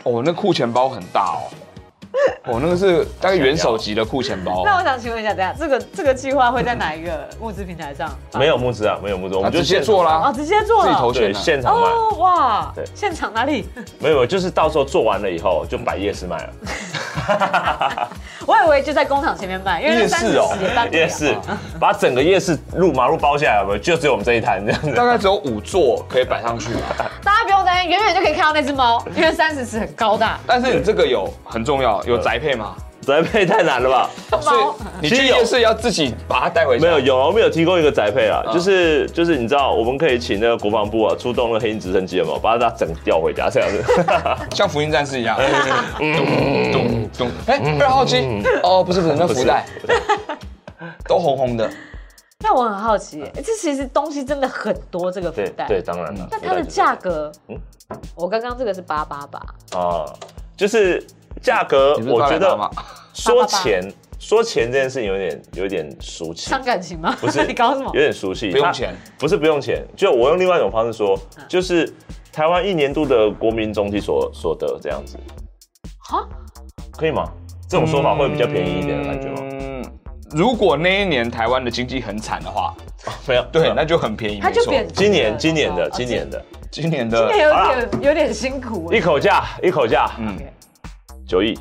Speaker 1: 哦，那库钱包很 大哦，哦，那个是大概元首级的库钱包
Speaker 3: 那
Speaker 1: 哦，
Speaker 3: 我想请问一下，等一下这个这个计划会在哪一个募资平台上？
Speaker 2: 没有募资啊，没有募资，我
Speaker 1: 那
Speaker 2: 们就
Speaker 1: 直接
Speaker 2: 现
Speaker 1: 做
Speaker 3: 哦，
Speaker 1: 啦，
Speaker 3: 直接做
Speaker 1: 自
Speaker 3: 了，
Speaker 1: 己投
Speaker 2: 对，
Speaker 1: 钱啊。
Speaker 2: 现场卖，
Speaker 3: 哦哇，
Speaker 2: 对
Speaker 3: 现场哪里？
Speaker 2: 没有，就是到时候做完了以后就摆夜市卖了。
Speaker 3: 我以为就在工厂前面卖，因为
Speaker 1: 夜
Speaker 3: 三
Speaker 1: 市
Speaker 3: 十
Speaker 1: 哦
Speaker 3: 也办不了
Speaker 2: 夜市，把整个夜市路马路包下来，有没有？就只有我们这一摊这样子
Speaker 1: 大。概只有五座可以摆上去吧，
Speaker 3: 大家不用担心，远远就可以看到那只猫，因为三十尺很高大。
Speaker 1: 但是你这个有很重要，有宅配吗？
Speaker 2: 宅配太难了吧？
Speaker 1: 所以
Speaker 3: 猫
Speaker 1: 你去夜市要自己把它带回家。
Speaker 2: 没有，有我们有提供一个宅配啊，就是就是你知道，我们可以请那个国防部啊出动那个黑鹰直升机有没有，把它整个调回家这 样子。
Speaker 1: 像福音战士一样，
Speaker 2: 嗯
Speaker 1: 咚咚咚，哎，二号机，哦，不是不是，那福袋， 都红红的，
Speaker 3: 那我很好奇，欸这其实东西真的很多，这个 福
Speaker 2: 对
Speaker 3: 袋。
Speaker 2: 嗯对，。当然了。
Speaker 3: 那它的价格
Speaker 2: 嗯，
Speaker 3: 我刚刚这个是八八八，
Speaker 2: 啊，就是价格，
Speaker 1: 你不是
Speaker 2: 我
Speaker 1: 八
Speaker 2: 觉
Speaker 1: 百
Speaker 2: 得
Speaker 1: 八吗？
Speaker 2: 说钱说钱这件事情有点有点俗气。
Speaker 3: 伤感情吗？
Speaker 2: 不是
Speaker 3: 你搞什么
Speaker 2: 有？点熟悉，
Speaker 1: 不用
Speaker 2: 它
Speaker 1: 钱，
Speaker 2: 不是不用钱，就我用另外一种方式说，就是台湾一年度的国民总体所所得这样子，
Speaker 3: 啊，
Speaker 2: 可以吗？这种说法会比较便宜一点的感觉吗？
Speaker 1: 嗯，如果那一年台湾的经济很惨的话，
Speaker 2: 没有，没
Speaker 1: 对，
Speaker 2: 有
Speaker 1: 那就嗯很便宜，
Speaker 3: 它
Speaker 1: 没
Speaker 3: 就
Speaker 1: 错。
Speaker 3: 变。
Speaker 2: 今年今年的
Speaker 3: 哦
Speaker 2: 今年的
Speaker 1: 今年的
Speaker 3: 今年有
Speaker 2: 好
Speaker 3: 点有点辛苦欸
Speaker 2: 一，口价一口价，
Speaker 1: 嗯
Speaker 2: 九亿，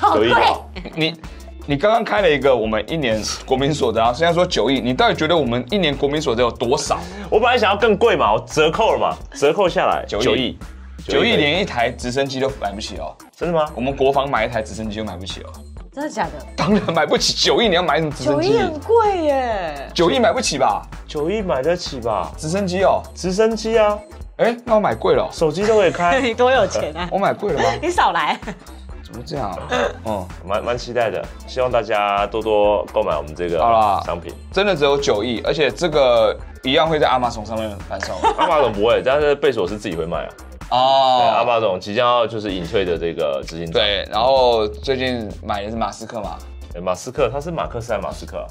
Speaker 3: 好
Speaker 2: 九
Speaker 3: 贵
Speaker 2: 亿。
Speaker 1: 你。你刚刚开了一个我们一年国民所得啊，现在说九亿，你到底觉得我们一年国民所得有多少？
Speaker 2: 我本来想要更贵嘛，我折扣了嘛，折扣下来
Speaker 1: 九亿，
Speaker 2: 九
Speaker 1: 九亿
Speaker 2: 亿零，
Speaker 1: 连一台直升机都买不起哦，
Speaker 2: 真的吗？
Speaker 1: 我们国防买一台直升机都买不起哦，
Speaker 3: 真的假的？
Speaker 1: 当然买不起，九亿你要买什么直升
Speaker 3: 九
Speaker 1: 机
Speaker 3: 亿？啊很贵耶，
Speaker 1: 九亿买不起吧？
Speaker 2: 九亿买得起吧？
Speaker 1: 直升机哦，
Speaker 2: 直升机啊，
Speaker 1: 哎，那我买贵了哦，
Speaker 2: 手机都可以开，
Speaker 3: 你多有钱啊！
Speaker 2: 哎
Speaker 1: 我买贵了吗？
Speaker 3: 你少来，
Speaker 1: 怎么这样啊？嗯，
Speaker 2: 蛮蛮期待的，希望大家多多购买我们这个
Speaker 1: 好啦
Speaker 2: 商品。
Speaker 1: 真的只有九亿，而且这个一样会在阿玛逊上面翻 售
Speaker 2: 阿巴总不会，但是贝索斯自己会卖啊。对，阿
Speaker 1: 哦。
Speaker 2: 巴总即将要就是隐退的这个执行长，
Speaker 1: 对，然后最近买的是马斯克嘛，
Speaker 2: 对马斯克，他是马克思还是马斯克啊？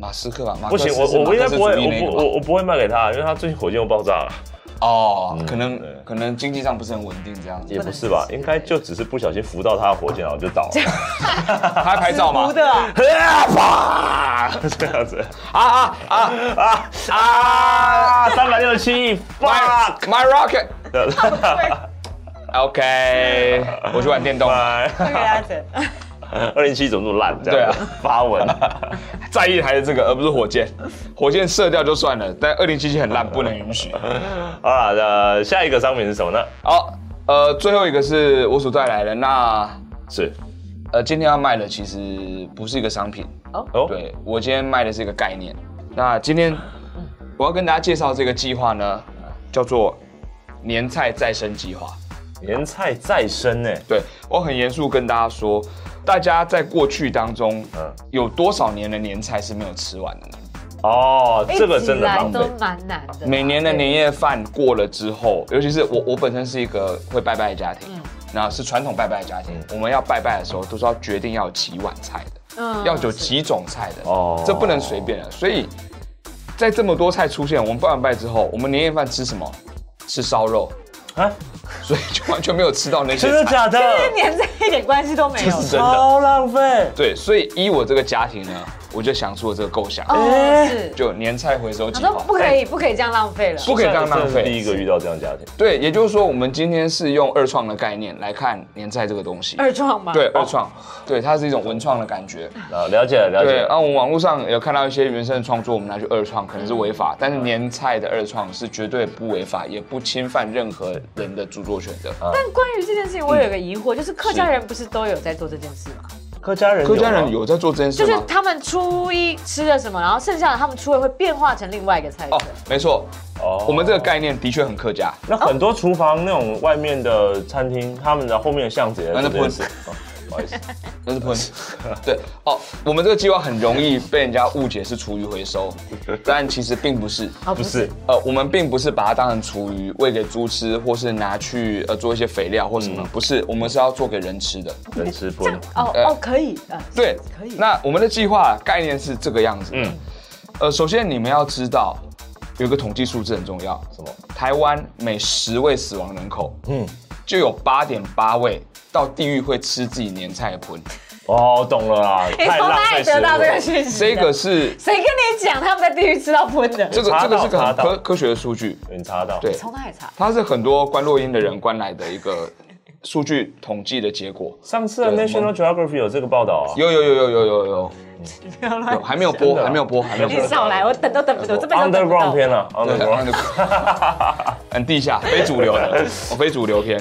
Speaker 1: 马斯克吧，马
Speaker 2: 不行，
Speaker 1: 克思是
Speaker 2: 我我应该不
Speaker 1: 马
Speaker 2: 会，
Speaker 1: 克思主义那个
Speaker 2: 我不
Speaker 1: 吧
Speaker 2: 我我不会卖给他，因为他最近火箭又爆炸了，
Speaker 1: 哦，可
Speaker 2: 对
Speaker 1: 能可能经济上不是很稳定这样子
Speaker 2: 嗯也。不是吧？应该就只是不小心扶到他的火箭，然后就倒了，
Speaker 1: 他还拍照吗
Speaker 3: 无？的 啊，
Speaker 2: 啊啪， 这样子
Speaker 1: 啊啊啊
Speaker 2: 啊啊，
Speaker 1: 啊
Speaker 2: 三百六十七亿
Speaker 1: ！My
Speaker 2: ，fuck，
Speaker 1: My Rocket。
Speaker 3: 会
Speaker 1: OK，我去玩电动，
Speaker 3: 会给大家整。
Speaker 2: 二零七怎么那么烂？这样子
Speaker 1: 对啊
Speaker 2: 发 文，
Speaker 1: 在意的还是这个，而不是火箭。火箭射掉就算了，但二零七七很烂，不能允许。
Speaker 2: 好啦，那下一个商品是什么呢？
Speaker 1: 好，呃，最后一个是我所带来的，那
Speaker 2: 是
Speaker 1: 呃，今天要卖的其实不是一个商品，
Speaker 2: 哦，
Speaker 1: 对我今天卖的是一个概念。那今天我要跟大家介绍这个计划呢，叫做年菜再生计划。
Speaker 2: 年菜再生哎呢、
Speaker 1: 对我很严肃跟大家说，大家在过去当中，
Speaker 2: 嗯，
Speaker 1: 有多少年的年菜是没有吃完的呢？
Speaker 2: 哦，
Speaker 3: 一
Speaker 2: 这个真
Speaker 3: 直
Speaker 2: 的
Speaker 3: 来
Speaker 2: 浪费
Speaker 3: 都。蛮难的啦。
Speaker 1: 每年的
Speaker 3: 对啊
Speaker 1: 年夜饭过了之后，尤其是我，我本身是一个会拜拜的家
Speaker 3: 嗯
Speaker 1: 庭，然后是传统拜拜的家庭，我们要拜拜的时候都是要决定要有几碗菜的，
Speaker 3: 嗯
Speaker 1: 要有几种菜的，
Speaker 2: 哦
Speaker 1: 哦，这不能随便的。所以在这么多菜出现，我们拜完拜之后，我们年夜饭吃什么？吃烧肉，
Speaker 2: 啊，
Speaker 1: 所以就完全没有吃到那些
Speaker 2: 真
Speaker 1: 菜
Speaker 2: 的。假的？
Speaker 3: 跟年菜一点关系都没有
Speaker 1: 这。是真的
Speaker 2: 超浪费。
Speaker 1: 对，所以依我这个家庭呢，我就想出了这个构想，
Speaker 3: 哦，
Speaker 2: 哎
Speaker 3: 是。
Speaker 1: 就年菜回收
Speaker 3: 他
Speaker 1: 计
Speaker 3: 说
Speaker 1: 划。
Speaker 3: 不可以，不可以这样浪费了。
Speaker 1: 不可以这样浪
Speaker 2: 这是第
Speaker 1: 费。
Speaker 2: 一个遇到这样的家庭，
Speaker 1: 对，也就是说，我们今天是用二创的概念来看年菜这个东西。
Speaker 3: 二创哦吗？
Speaker 1: 对，，二创，对，它是一种文创的感觉。
Speaker 2: 啊，了解了了
Speaker 1: 对，
Speaker 2: 解
Speaker 1: 然。后我们网络上有看到一些原生的创作，我们拿去二创可能是违法，
Speaker 3: 嗯
Speaker 1: 但是年菜的二创是绝对不违法，也不侵犯任何人的著作权的。
Speaker 3: 但关于这件事情，我有一个疑惑，
Speaker 1: 嗯
Speaker 3: 就是客家人不是都有在做这件事吗？
Speaker 2: 客家人，
Speaker 1: 客家人，有在做这件事
Speaker 3: 就是
Speaker 1: 吗？
Speaker 3: 他们初一吃了什么，然后剩下的他们初二会变化成另外一个菜色
Speaker 1: 哦。，没错，
Speaker 2: 哦
Speaker 1: 我们这个概念的确很客家。
Speaker 2: 那很多厨房那种外面的餐厅，他们的后面的巷子也在
Speaker 1: 啊那
Speaker 2: 做
Speaker 1: 不
Speaker 2: 这件事。哦不好意思，
Speaker 1: 那是喷。 对哦，我们这个计划很容易被人家误解是厨余回收，但其实并不是。
Speaker 3: 哦，
Speaker 2: 不是，
Speaker 1: 呃，我们并不是把它当成厨余喂给猪吃，或是拿去呃做一些肥料或什么，不是，我们是要做给人吃的。
Speaker 2: 人吃不
Speaker 3: 这样哦
Speaker 1: 呃
Speaker 3: 哦可以，呃
Speaker 1: 对，
Speaker 3: 可以。
Speaker 1: 那我们的计划概念是这个样子。嗯
Speaker 2: 嗯，
Speaker 1: 呃，首先你们要知道，有一个统计数字很重要，
Speaker 2: 什么？
Speaker 1: 台湾每十位死亡人口，
Speaker 2: 嗯，
Speaker 1: 就有八点八位到地狱会吃自己年菜的盆。
Speaker 2: 哦，懂了 啦，
Speaker 3: 你
Speaker 2: 太
Speaker 3: 哎从
Speaker 2: 浪
Speaker 3: 哪
Speaker 2: 费
Speaker 3: 里
Speaker 2: 食
Speaker 3: 得
Speaker 2: 物
Speaker 3: 到这个
Speaker 2: 了。
Speaker 3: 讯息的？
Speaker 1: 这个是
Speaker 3: 谁跟你讲他们在地狱吃到喷的？
Speaker 1: 这个
Speaker 2: 查
Speaker 1: 这
Speaker 2: 到
Speaker 1: 个是个
Speaker 2: 查
Speaker 1: 很
Speaker 2: 到
Speaker 1: 科科学的数据，
Speaker 2: 你查到？
Speaker 1: 对，
Speaker 3: 从哪里查？
Speaker 1: 它是很多关洛音的人关来的一个数据统计的结果。
Speaker 2: 上次的 National Geography 有这个报道啊。
Speaker 1: 有有有有有有有
Speaker 3: 不要
Speaker 1: 有，
Speaker 3: 乱。
Speaker 1: 还没有播，
Speaker 2: 真的啊
Speaker 1: 还没有播，还没有
Speaker 3: 你
Speaker 1: 播。
Speaker 3: 少来，我等都等不住，这辈子都等不
Speaker 2: Underground
Speaker 3: 到。
Speaker 2: 片啊
Speaker 1: 对
Speaker 2: ，Underground。
Speaker 1: 很地下，非主流的， 我非主流片。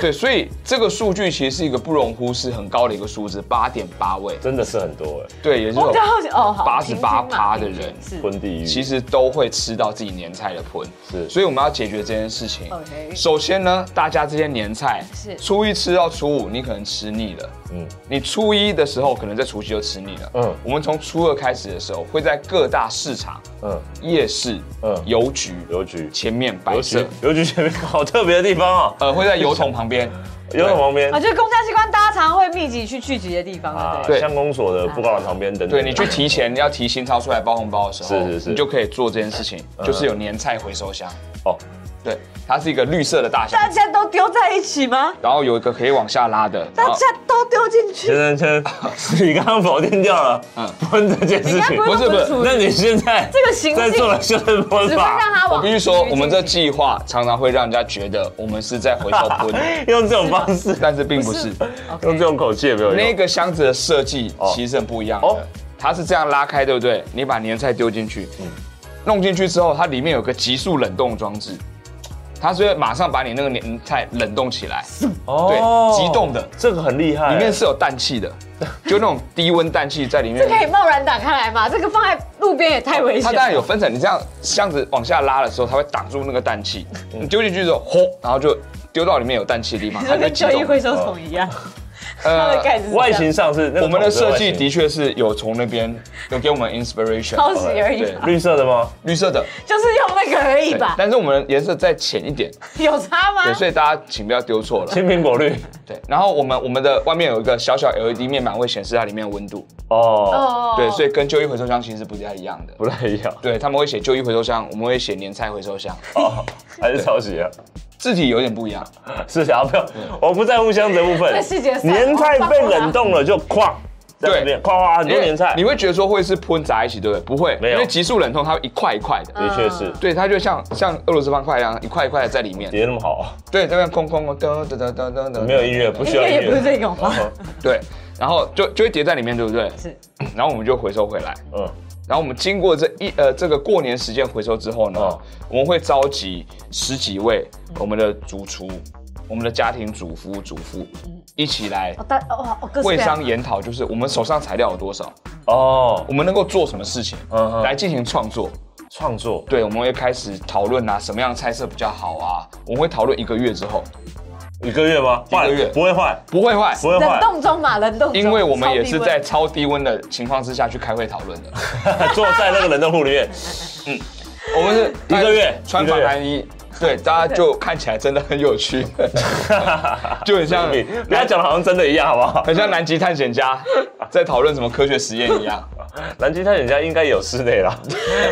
Speaker 1: 对，所以这个数据其实是一个不容忽视、很高的一个数字，八点八位，
Speaker 2: 真的是很多哎，
Speaker 1: 对，也就是
Speaker 3: 我
Speaker 1: 有
Speaker 3: 比较好奇哦，好，
Speaker 1: 88%
Speaker 3: 平均嘛
Speaker 1: 趴的
Speaker 3: 平均
Speaker 1: 人
Speaker 3: 是
Speaker 2: 婚地狱。
Speaker 1: 其实都会吃到自己年菜的盆，
Speaker 2: 是
Speaker 1: 所以我们要解决这件事情。
Speaker 3: OK
Speaker 1: 首先呢，大家这些年菜
Speaker 3: 是
Speaker 1: 初一吃到初五，你可能吃腻了，
Speaker 2: 嗯
Speaker 1: 嗯，你初一的时候可能在除夕就吃腻了，
Speaker 2: 嗯
Speaker 1: 嗯，我们从初二开始的时候，会在各大市场、
Speaker 2: 嗯，
Speaker 1: 夜市、
Speaker 2: 嗯
Speaker 1: 嗯、邮局、
Speaker 2: 邮局，
Speaker 1: 前面摆
Speaker 2: 邮
Speaker 1: 设
Speaker 2: 局，，邮局前面好特别的地方啊，
Speaker 1: 呃，会在油桶旁 边，
Speaker 2: 邮筒旁边
Speaker 3: 啊，就是公家机关大家常会密集去聚集的地方，对
Speaker 2: 啊
Speaker 3: 不，对？
Speaker 1: 对
Speaker 2: 乡公所的布告栏旁边等等。
Speaker 1: 对你去提前要提新钞出来包红包的时候，
Speaker 2: 是是是嗯
Speaker 1: 你就可以做这件事情，就是有年菜回收箱，
Speaker 2: 哦，
Speaker 1: 对，它是一个绿色的大箱
Speaker 3: 大，家都丢在一起吗？
Speaker 1: 然后有一个可以往下拉的，然
Speaker 3: 大
Speaker 1: 后
Speaker 3: 家都丢进去
Speaker 2: 先？生先生，你刚刚否定掉了
Speaker 1: 嗯
Speaker 2: 婚这件事情
Speaker 3: 你，
Speaker 1: 不
Speaker 3: 该
Speaker 1: 是不是
Speaker 3: 不
Speaker 2: 那你现在
Speaker 3: 这个行
Speaker 2: 在
Speaker 3: 径
Speaker 2: 做了修正婚
Speaker 3: 只会让
Speaker 2: 法，
Speaker 3: 他往
Speaker 1: 我必须说，
Speaker 3: 地狱
Speaker 1: 我们这
Speaker 3: 进
Speaker 1: 计划常常会让人家觉得我们是在回收 喷，
Speaker 2: 用这种方式，
Speaker 1: 但是并不是。
Speaker 2: 用这种口气也没有
Speaker 1: 那
Speaker 2: 用。
Speaker 1: 个箱子的设计其实很不一样
Speaker 2: 哦
Speaker 1: 的，它是这样拉开，对不对？你把年菜丢进去，
Speaker 2: 嗯
Speaker 1: 弄进去之后，它里面有个急速冷冻装置，它是会马上把你那个年菜冷冻起来，
Speaker 2: 哦
Speaker 1: 对，急冻的，
Speaker 2: 这个很厉害，
Speaker 1: 里面是有氮气的，就那种低温氮气在里面
Speaker 3: 这。可以贸然打开来吗？这个放在路边也太危
Speaker 1: 它
Speaker 3: 险。
Speaker 1: 当然有分层，你这样箱子往下拉的时候，它会挡住那个氮气。你丢进去之后，吼，然后就丢到里面有氮气的地方，
Speaker 3: 你
Speaker 1: 它就
Speaker 3: 说跟
Speaker 1: 激 动。
Speaker 3: 旧衣
Speaker 1: 呃
Speaker 3: 回收桶一样，它的盖子是这样
Speaker 2: 外形上是那个
Speaker 1: 我们的设计
Speaker 2: 桶
Speaker 1: 的确是有从那边有给我们 inspiration，
Speaker 3: 抄袭而已
Speaker 1: 对
Speaker 3: 吧，
Speaker 2: 外形绿色的吗？
Speaker 1: 绿色的，
Speaker 3: 就是用那个而已
Speaker 1: 对
Speaker 3: 吧，
Speaker 1: 但是我们的颜色再浅一点，
Speaker 3: 有差吗
Speaker 1: 对，？所以大家请不要丢错了。
Speaker 2: 青苹果 绿
Speaker 1: 对，然后我们我们的外面有一个小小 LED 面板会显示它里面的温度，
Speaker 2: 哦，
Speaker 3: 哦
Speaker 1: 对，所以跟旧衣回收箱其实不太一样的。
Speaker 2: 不太一样
Speaker 1: 对他们会写旧衣回收箱，我们会写年菜回收箱，
Speaker 2: 哦，还是抄袭啊？
Speaker 1: 字体有点不一样。
Speaker 2: 是想要不要？
Speaker 1: 嗯
Speaker 2: 我不在乎箱子的部分
Speaker 3: 这细节，上
Speaker 2: 年菜被冷冻了就哐，在
Speaker 1: 对
Speaker 2: 那边哐哐很多年菜
Speaker 1: 你，会觉得说会是喷杂一起，对不对？不会，
Speaker 2: 没有嗯
Speaker 1: 因为急速冷冻它会一块一块的，
Speaker 2: 的确是
Speaker 1: 对，它就像像俄罗斯方块一样，一块一块的在里面。
Speaker 2: 叠那么好，啊
Speaker 1: 对，这边空空空噔噔噔噔噔，
Speaker 2: 嗯没有音乐，不
Speaker 3: 应
Speaker 2: 需要
Speaker 3: 该
Speaker 2: 音
Speaker 3: 也不是
Speaker 2: 乐。
Speaker 3: 这
Speaker 1: 哦
Speaker 3: 种吧？
Speaker 1: 对，然后就就会叠在里面，对不对？
Speaker 3: 是
Speaker 1: 然后我们就回收回来。
Speaker 2: 嗯，
Speaker 1: 然后我们经过这一呃这个过年时间回收之后呢，
Speaker 2: 哦
Speaker 1: 我们会召集十几位我们的主厨，我们的家庭主妇、主妇
Speaker 2: 嗯
Speaker 1: 一起来
Speaker 3: 哦，但哦哦，各式各
Speaker 1: 会
Speaker 3: 样
Speaker 1: 商研讨，就是我们手上材料有多少，
Speaker 2: 哦
Speaker 1: 我，们能够做什么事情
Speaker 2: 嗯哼
Speaker 1: 来进行创作。
Speaker 2: 创作
Speaker 1: 对，我们会开始讨论啊，什么样的菜色比较好啊？我们会讨论一个月之后，
Speaker 2: 一个月吗？
Speaker 1: 一个月
Speaker 2: 不会坏，
Speaker 1: 不会坏，
Speaker 2: 不会
Speaker 3: 冷
Speaker 2: 坏，
Speaker 3: 冻中嘛，冷冻中，
Speaker 1: 因为我们也是在
Speaker 3: 超
Speaker 1: 超
Speaker 3: 低
Speaker 1: 低温的情况之下去开会讨论的。
Speaker 2: 坐在那个冷冻库里面，
Speaker 1: 我们是
Speaker 2: 一个月
Speaker 1: 穿
Speaker 2: 一个
Speaker 1: 防
Speaker 2: 月
Speaker 1: 寒衣，对，大家就看起来真的很有 趣，就很像
Speaker 2: 你不要讲的好像真的一样，好不好？
Speaker 1: 很像南极探险家在讨论什么科学实验 一样。
Speaker 2: 南极探险家应该有室内 啦，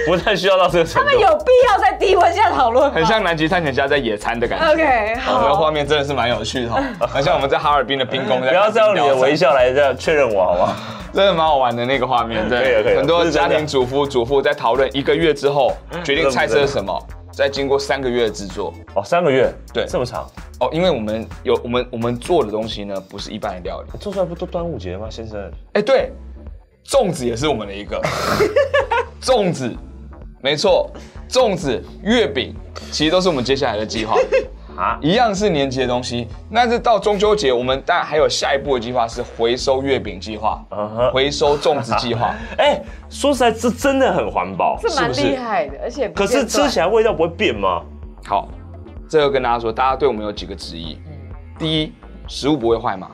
Speaker 2: 不太需要到这个程
Speaker 3: 温。
Speaker 2: 度。
Speaker 3: 有必要在低温下讨论吗？
Speaker 1: 很像南极探险家在野餐的感觉。
Speaker 3: OK，
Speaker 1: 我们的
Speaker 3: 好
Speaker 1: 画，面真的是蛮有趣的、哦，很像我们在哈尔滨的冰宫在。
Speaker 2: 不要再用你的微，笑来这样确认我，好不好？
Speaker 1: 真的蛮好玩的那个画面，真
Speaker 2: 可以了可
Speaker 1: 的。
Speaker 2: 以啊了
Speaker 1: 很多家庭主妇主妇在讨论一个月之后
Speaker 2: 嗯
Speaker 1: 决定菜色是什么，再经过三个月的制作。
Speaker 2: 哦，三个月，
Speaker 1: 对
Speaker 2: 这么长，
Speaker 1: 哦，因为我们有我们我们做的东西呢，不是一般的料理。
Speaker 2: 做出来不都端午节吗，先生？
Speaker 1: 哎，对，粽子也是我们的一 个，粽子，没错，粽子、月饼，其实都是我们接下来的计 划。
Speaker 2: 啊，
Speaker 1: 一样是年节的东西，但是到中秋节，我们当然还有下一步的计划是回收月饼计划
Speaker 2: 嗯哼
Speaker 1: 回收粽子计划。
Speaker 2: 哎、说实在，这真的很环保，
Speaker 3: 这蛮
Speaker 2: 不是？
Speaker 3: 厉害的，而且
Speaker 2: 可是
Speaker 1: 啊
Speaker 2: 吃起
Speaker 3: 来
Speaker 2: 来味道不会变吗？
Speaker 1: 好，这个跟大家说，大家对我们有几个质疑。
Speaker 3: 嗯
Speaker 1: 第一，食物不会坏嘛？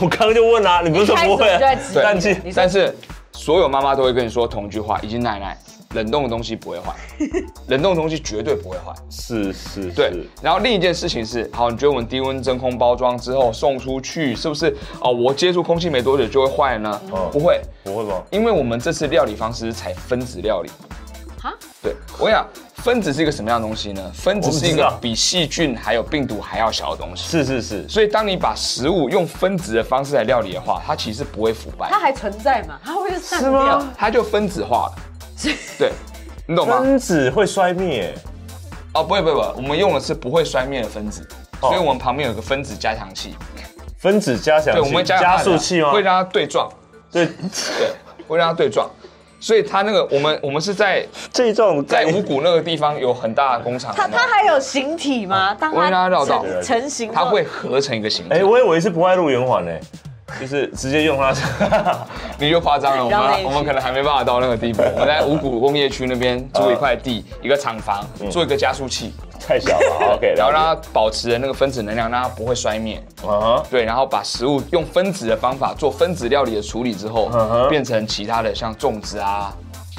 Speaker 2: 我刚刚就问啊啦、你不是说不会
Speaker 3: 一开始我就在质疑？
Speaker 1: 对
Speaker 2: 但是
Speaker 3: 你说
Speaker 1: 但是所有妈妈都会跟你说同一句话，以及奶奶，冷冻的东西不 会坏，冷冻的东西绝对不会坏。
Speaker 2: 是是
Speaker 1: 对，然后另一件事情是，好，你觉得我们低温真空包装之后送出去，是不是哦？我接触空气没多久就会坏了呢？
Speaker 2: 嗯
Speaker 1: 不会，
Speaker 2: 不会吗？
Speaker 1: 因为我们这次料理方式是采分子料理。
Speaker 3: 哈，
Speaker 1: 对我跟你讲，分子是一个什么样的东西呢？分子是一
Speaker 2: 我不知
Speaker 1: 个
Speaker 2: 道
Speaker 1: 比细菌还有病毒还要小的东西。
Speaker 2: 是是是，
Speaker 1: 所以，当你把食物用分子的方式来料理的话，它其实不会腐败
Speaker 3: 它，还存在嘛？它会散
Speaker 2: 是
Speaker 3: 掉
Speaker 2: 吗？
Speaker 1: 它就分子化了。对，你懂吗？
Speaker 2: 分子会衰灭，
Speaker 1: 哦，不会不会不会，我们用的是不会衰灭的分子，
Speaker 2: 哦
Speaker 1: 所以我们旁边有个分子加强器，
Speaker 2: 分子加强
Speaker 1: 对，我们
Speaker 2: 器、
Speaker 1: 会加强
Speaker 2: 加
Speaker 1: 它
Speaker 2: 速器吗
Speaker 1: 会？让它对撞，
Speaker 2: 对，
Speaker 1: 对，会让它对撞。所以它那个，我们我们是在
Speaker 2: 这种
Speaker 1: 在
Speaker 2: 概
Speaker 1: 五
Speaker 2: 念
Speaker 1: 谷那个地方有很大的工厂，
Speaker 3: 它
Speaker 1: 有没有
Speaker 3: 它还有形体吗？当
Speaker 1: 我会让它绕道
Speaker 3: 成成型，
Speaker 1: 它会。合成一个形
Speaker 2: 哎、
Speaker 1: 状。
Speaker 2: 我以为是不爱路圆环呢，就是直接用 它。
Speaker 1: 你就夸张了，我
Speaker 3: 让那
Speaker 1: 们
Speaker 3: 一区
Speaker 1: 我们可能还没办法到那个地步。我们在五谷工业区那边租一块地，
Speaker 2: 嗯
Speaker 1: 一个厂房，做一个加速器，
Speaker 2: 太小了好，OK，
Speaker 1: 然后
Speaker 2: 了
Speaker 1: 让它保持那个分子能量，让它不会衰灭。
Speaker 2: 解啊
Speaker 1: 对，然后把食物用分子的方法做分子料理的处理之后
Speaker 2: 嗯，哼
Speaker 1: 变成其他的像粽子啊、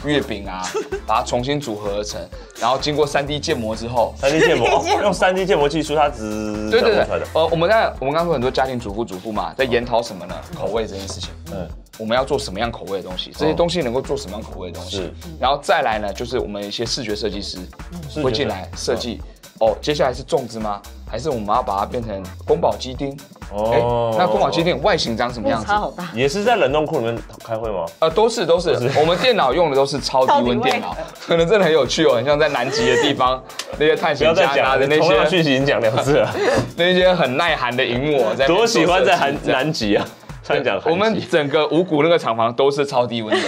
Speaker 1: 月饼 啊，把它重新组合而成，然后经过 3D 建模之后。
Speaker 2: 三 D 建模，
Speaker 3: 3D 建
Speaker 2: 哦
Speaker 3: 模
Speaker 2: 用三 D 建模技术，它只
Speaker 1: 对对对
Speaker 2: 出来的，，
Speaker 1: 呃，我们在我们刚刚说很多家庭主妇主妇嘛，在研讨什么呢？口味这件事情。
Speaker 2: 嗯，哦
Speaker 1: 我们要做什么样口味的东西，这些东西能够做什么样口味的东西
Speaker 2: 是，
Speaker 1: 然后再来呢，就是我们一些视觉设计师
Speaker 2: 嗯视觉
Speaker 1: 会进来设计。哦，接下来是粽子吗？还是我们要把它变成宫保鸡丁？
Speaker 2: 哦
Speaker 1: 哦，那宫保鸡丁外形长什么样
Speaker 3: 落
Speaker 1: 子？
Speaker 3: 差好大，
Speaker 2: 也是在冷冻库里面开会吗？
Speaker 1: 呃，都是都是，我们电脑用的都是超低温电脑
Speaker 3: 超低，
Speaker 1: 可能真的很有趣哦，很像在南极的地方那些探
Speaker 2: 不要
Speaker 1: 险
Speaker 2: 再
Speaker 1: 家拿着
Speaker 2: 讲了，
Speaker 1: 那
Speaker 2: 同样
Speaker 1: 些
Speaker 2: 讯息已经讲两次 了，
Speaker 1: 那些很耐寒的荧幕哦，在那边
Speaker 2: 多喜欢在
Speaker 1: 做设
Speaker 2: 韩
Speaker 1: 计这样
Speaker 2: 南极啊！上讲
Speaker 1: 我们
Speaker 2: 韩极
Speaker 1: 整个五谷那个厂房都是超低 温的。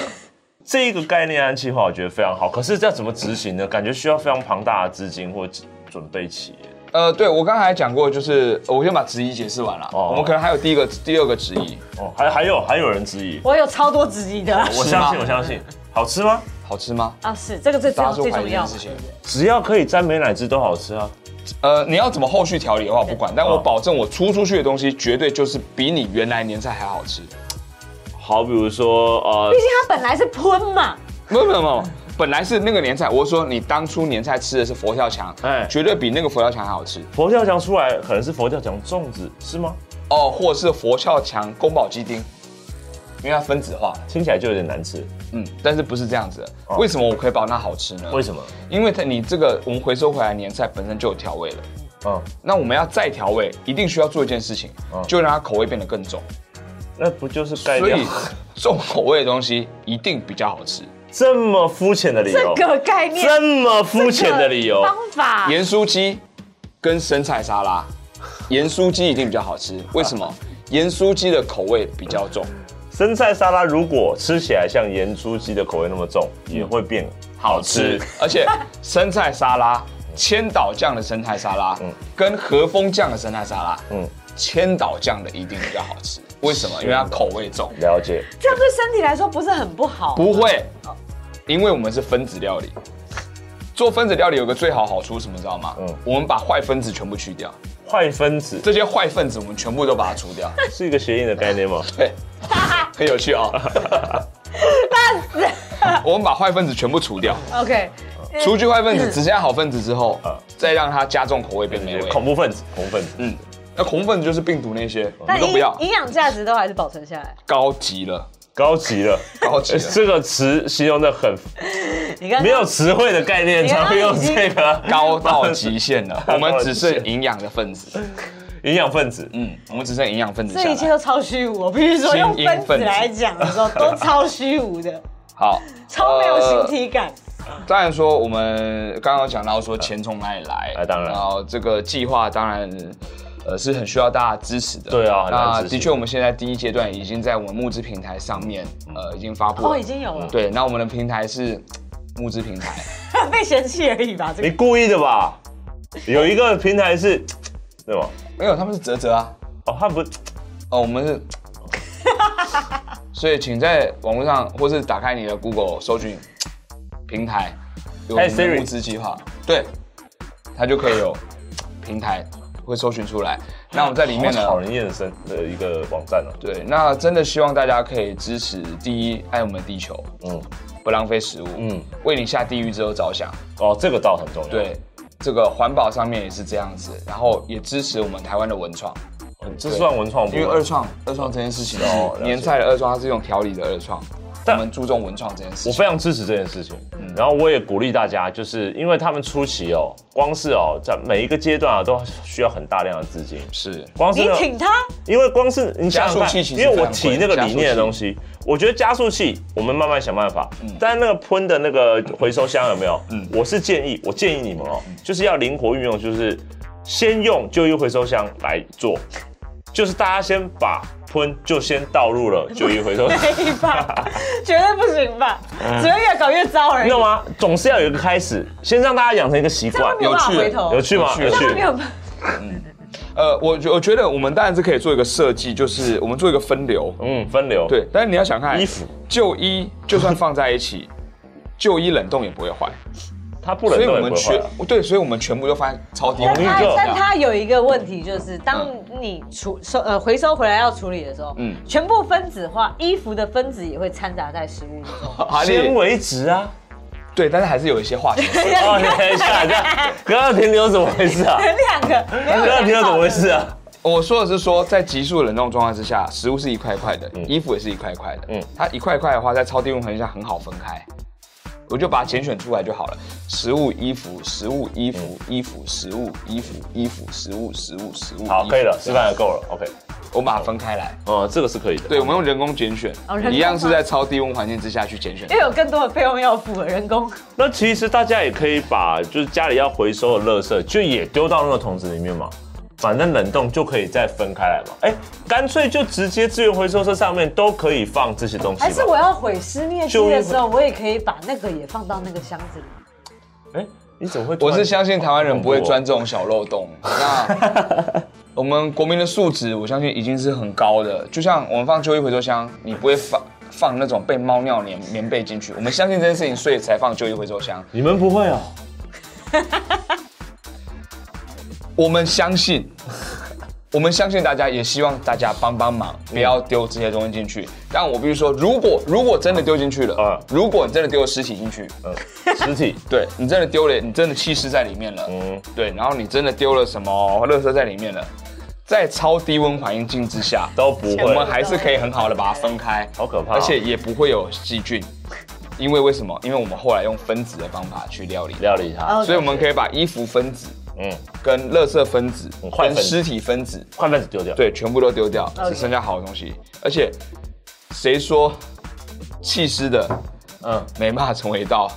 Speaker 2: 这一个概念和计划，我觉得非常好。可是这要怎么执行呢？感觉需要非常庞大的资金或准备期耶。
Speaker 1: 呃，对我刚才讲过，就是呃我先把质疑解释完了。
Speaker 2: 哦
Speaker 1: 我们可能还有第一个、第二个质疑，
Speaker 2: 哦，还还有还有人质疑，
Speaker 3: 我有超多质疑的啊！
Speaker 1: 嗯
Speaker 2: 我相信我相信，好吃吗？
Speaker 1: 好吃吗？
Speaker 3: 啊是这个最
Speaker 1: 大家
Speaker 3: 重
Speaker 1: 说
Speaker 3: 最
Speaker 1: 怀疑
Speaker 3: 重
Speaker 1: 这
Speaker 3: 要
Speaker 1: 件事，
Speaker 3: 嘛
Speaker 1: 情。
Speaker 2: 只要可以沾美乃滋都好吃啊！
Speaker 1: 呃，你要怎么后续调理的话不管，但我
Speaker 2: 哦
Speaker 1: 保证我出出去的东西绝对就是比你原来年菜还好吃。
Speaker 2: 好，比如说呃
Speaker 3: 毕，竟它本来是喷嘛，
Speaker 1: 没有没有没有， 本来是那个年菜，我是说你当初年菜吃的是佛跳墙，
Speaker 2: 哎
Speaker 1: 绝对比那个佛跳墙还好吃
Speaker 2: 佛跳墙出来可能是佛跳墙粽子是吗？
Speaker 1: 哦，或者是佛跳墙宫保鸡丁，因为它分子化了，
Speaker 2: 听起来就有点难吃，
Speaker 1: 嗯，但是不是这样子的
Speaker 2: 哦
Speaker 1: 为什么我可以保证它好吃呢？
Speaker 2: 为什么？
Speaker 1: 因为它你这个我们回收回来的年菜本身就有调味了。
Speaker 2: 嗯，
Speaker 1: 那我们要再调味，一定需要做一件事情，
Speaker 2: 嗯哎
Speaker 1: 就让它口味变得更重。
Speaker 2: 那不就是概
Speaker 1: 所以
Speaker 2: 念？
Speaker 1: 重口味的东西一定比较好吃。
Speaker 2: 这么肤浅的理由，
Speaker 3: 这个概 念，
Speaker 2: 这么肤浅的理由
Speaker 3: 这个，方法，
Speaker 2: 啊
Speaker 1: 盐酥鸡跟生菜沙拉，盐酥鸡一定比较好吃。为什
Speaker 2: 啊
Speaker 1: 么？盐酥鸡的口味比较重，
Speaker 2: 生菜沙拉如果吃起来像盐酥鸡的口味那么重，也会变好吃。
Speaker 1: 而且生菜沙拉千岛酱的生态沙拉，
Speaker 2: 嗯
Speaker 1: 跟和风酱的生态沙拉，
Speaker 2: 嗯，
Speaker 1: 千岛酱的一定比较好吃。为什么？因为它口味重。
Speaker 2: 了解。
Speaker 3: 这样对身体来说不是很不好？
Speaker 1: 不会，因为我们是分子料理。做分子料理有个最好好处是什么，你知道吗？
Speaker 2: 嗯
Speaker 1: 我们把坏分子全部去掉，
Speaker 2: 坏分子
Speaker 1: 这些坏分子我们全部都把它除 掉。
Speaker 2: 是一个谐音的概念吗？
Speaker 1: 对，很有 趣哦。我们把坏分子全部除掉，
Speaker 3: OK，呃
Speaker 1: 除去坏分子，只剩下好分子之后
Speaker 2: 嗯，
Speaker 1: 再让它加重口味变美味。
Speaker 2: 恐怖分子，恐怖分子。
Speaker 1: 嗯，那红分子就是病毒那些，我
Speaker 3: 但
Speaker 1: 们都
Speaker 3: 营
Speaker 1: 不要，
Speaker 3: 营养价值都还是保存下来。
Speaker 1: 高级了，
Speaker 2: 高级了，
Speaker 1: 高 级了，
Speaker 2: 这个词形容的很
Speaker 3: 你看，
Speaker 2: 没有词汇的概念
Speaker 3: 你刚
Speaker 2: 才
Speaker 3: 刚
Speaker 2: 会用
Speaker 3: 已经
Speaker 2: 这个
Speaker 1: 高到极限了。我们只
Speaker 2: 高到极
Speaker 1: 剩
Speaker 2: 限
Speaker 1: 营养的分子，
Speaker 2: 营养分子。
Speaker 1: 嗯，我们只剩营养分子下
Speaker 3: 这一切
Speaker 1: 来。
Speaker 3: 都超虚无。我必须说，用
Speaker 1: 精英分
Speaker 3: 分
Speaker 1: 子
Speaker 3: 子来讲的时候，都超虚无的，
Speaker 1: 好，
Speaker 3: 超没有
Speaker 1: 呃
Speaker 3: 形体感。
Speaker 1: 当然说，我们刚刚讲到说钱从哪里来，
Speaker 2: 啊当然
Speaker 1: 哎然后这个计划当然。呃，是很需要大家支持的。
Speaker 2: 对啊很难
Speaker 1: 那
Speaker 2: 执
Speaker 1: 的
Speaker 2: 行
Speaker 1: 确，我们现在第一阶段已经在我们募资平台上面， 呃，已经发布了。
Speaker 3: 哦，已经有了，
Speaker 1: 对，那我们的平台是募资平台，
Speaker 3: 被嫌弃而已吧？这
Speaker 2: 你
Speaker 3: 个
Speaker 2: 故意的吧？有一个平台是，对吗？
Speaker 1: 没有，他们是泽泽啊。
Speaker 2: 哦，他不是，
Speaker 1: 哦，我们是，所以请在网络上或是打开你的 Google 搜寻平台，有我
Speaker 2: 哎
Speaker 1: 们的
Speaker 2: Siri
Speaker 1: 募资计划，对，它就可以有平台会搜寻出来。那我们在里面呢，
Speaker 2: 好人厌生的呃一个网站哦。
Speaker 1: 对，那真的希望大家可以支持第一，爱我们的地球，
Speaker 2: 嗯，
Speaker 1: 不浪费食物，嗯
Speaker 2: 嗯，
Speaker 1: 为你下地狱之后着想，
Speaker 2: 哦，这个倒很重要。，
Speaker 1: 对。这个环保上面也是这样子，然后也支持我们台湾的文创，
Speaker 2: 这算文创部
Speaker 1: 因
Speaker 2: 门，
Speaker 1: 为二创二创这件事情
Speaker 2: 哦
Speaker 1: 哦
Speaker 2: 了，解
Speaker 1: 年菜的二创它是用调理的二创，我
Speaker 2: 但
Speaker 1: 们注重文创这件事
Speaker 2: 我
Speaker 1: 情。
Speaker 2: 非常支持这件事情，然后我也鼓励大家，就是因为他们初期哦，光是哦，在每一个阶段啊，都需要很大量的资金。
Speaker 1: 是
Speaker 2: 光是
Speaker 3: 你
Speaker 2: 那
Speaker 3: 挺他，
Speaker 2: 因为光是你
Speaker 1: 加
Speaker 2: 想想
Speaker 1: 速
Speaker 2: 看
Speaker 1: 器其，
Speaker 2: 因
Speaker 1: 实
Speaker 2: 为我提那个理
Speaker 1: 非常贵
Speaker 2: 念的东西，我觉得加速器我们慢慢想办法。
Speaker 1: 嗯
Speaker 2: 但那个喷的那个回收箱有没有？我是建议，我建议你们哦，
Speaker 1: 嗯
Speaker 2: 就是要灵活运用，就是先用旧衣回收箱来做，就是大家先把喷就先倒入了旧衣回 收箱。
Speaker 3: 没吧？绝对不行吧？
Speaker 1: 嗯
Speaker 3: 只会越搞越糟而
Speaker 2: 你
Speaker 3: 已。
Speaker 2: 懂吗？总是要有一个开始，先让大家养成一个习
Speaker 3: 这样
Speaker 2: 惯
Speaker 3: 会没，有办
Speaker 1: 有
Speaker 3: 法
Speaker 1: 趣
Speaker 3: 回头，
Speaker 2: 有趣吗？
Speaker 1: 有
Speaker 2: 有
Speaker 1: 趣
Speaker 2: 趣
Speaker 3: 这样。没有办
Speaker 1: 呃，我觉我觉得我们当然是可以做一个设计，就是我们做一个分流，
Speaker 2: 嗯，分流。，
Speaker 1: 对。但是你要想看
Speaker 2: 衣服
Speaker 1: 旧衣就算放在一起， 旧衣冷冻也不会坏，
Speaker 2: 它不能
Speaker 1: 所以
Speaker 2: 动
Speaker 1: 我
Speaker 2: 也
Speaker 1: 们
Speaker 2: 不会坏哦
Speaker 1: 全
Speaker 2: 啊。
Speaker 1: 对，所以我们全部都放在超低
Speaker 2: 同
Speaker 1: 温
Speaker 2: 一
Speaker 3: 它
Speaker 2: 个
Speaker 3: 但它有一个问题，就是当你处收呃回收回来要处理的时候，
Speaker 1: 嗯
Speaker 3: 嗯，全部分子化，衣服的分子也会掺杂在食物里 头。
Speaker 1: 哈
Speaker 2: 纤
Speaker 1: 利
Speaker 2: 维质啊！
Speaker 1: 对，但是还是有一些化学成分。
Speaker 2: 哦，你等一下，这样刚刚停留怎么回事啊？
Speaker 3: 两个没有
Speaker 2: 刚刚停留怎么回事啊？
Speaker 1: 我说的是说，在急速冷冻状态之下，食物是一块一块的，衣服也是一块一块的。嗯
Speaker 2: 嗯，
Speaker 1: 它一块一块的话，在超低温环境下很好分开，我就把它拣选出来就好了。食物、衣服、食物、衣服、
Speaker 2: 嗯
Speaker 1: 衣服、食物、衣服、衣服、食物、食物、食物。衣
Speaker 2: 好，
Speaker 1: 服
Speaker 2: 可以了，示范的够了。OK，
Speaker 1: 我们把它分开来。
Speaker 2: 哦，这个是可以的。
Speaker 1: 对，我们用人工拣选
Speaker 3: 哦人，工
Speaker 1: 一样是在超低温环境之下去拣选
Speaker 3: 因。为有更多的备用药辅了，人工
Speaker 2: 那其实大家也可以把就是家里要回收的垃圾，就也丢到那个桶子里面嘛，反正冷冻就可以再分开来嘛。哎，干脆就直接资源回收车上面都可以放这些东西吧。
Speaker 3: 还是我要毁尸灭迹的时候，我也可以把那个也放到那个箱子里。
Speaker 2: 哎，你怎么会突
Speaker 1: 我
Speaker 2: 然？
Speaker 1: 是相信台湾人不会钻这种小漏洞。那我们国民的素质，我相信已经是很高的。就像我们放旧衣回收箱，你不会放放那种被猫尿棉棉被进去。我们相信这件事情，所以才放旧衣回收箱。
Speaker 2: 你们不会哦。
Speaker 1: 我们相信，我们相信大家，也希望大家帮帮忙，不要丢这些东西进去。但我必须说，如果如果真的丢进去了
Speaker 2: 嗯，
Speaker 1: 如果你真的丢了尸体进去，
Speaker 2: 嗯，尸体
Speaker 1: 对你真的丢了，你真的弃尸在里面了，嗯
Speaker 2: 嗯，
Speaker 1: 对，然后你真的丢了什么垃圾在里面了，在超低温环境之下，
Speaker 2: 都不
Speaker 1: 我们
Speaker 2: 会，
Speaker 1: 还是可以很好的把它分开，
Speaker 2: 好可怕哦、
Speaker 1: 而且也不会有细菌，因为为什么？因为我们后来用分子的方法去料理，
Speaker 2: 料理它，
Speaker 3: 哦
Speaker 1: 所以我们可以把衣服分子、
Speaker 2: 嗯，
Speaker 1: 跟垃圾分子、
Speaker 2: 嗯坏
Speaker 1: 跟
Speaker 2: 分子
Speaker 1: 尸体分子，
Speaker 2: 快分子丢掉。，
Speaker 1: 对，全部都丢掉，
Speaker 3: OK
Speaker 1: 只剩下好的东西。而且谁说弃尸的
Speaker 2: 嗯，
Speaker 1: 没办法成为一 道。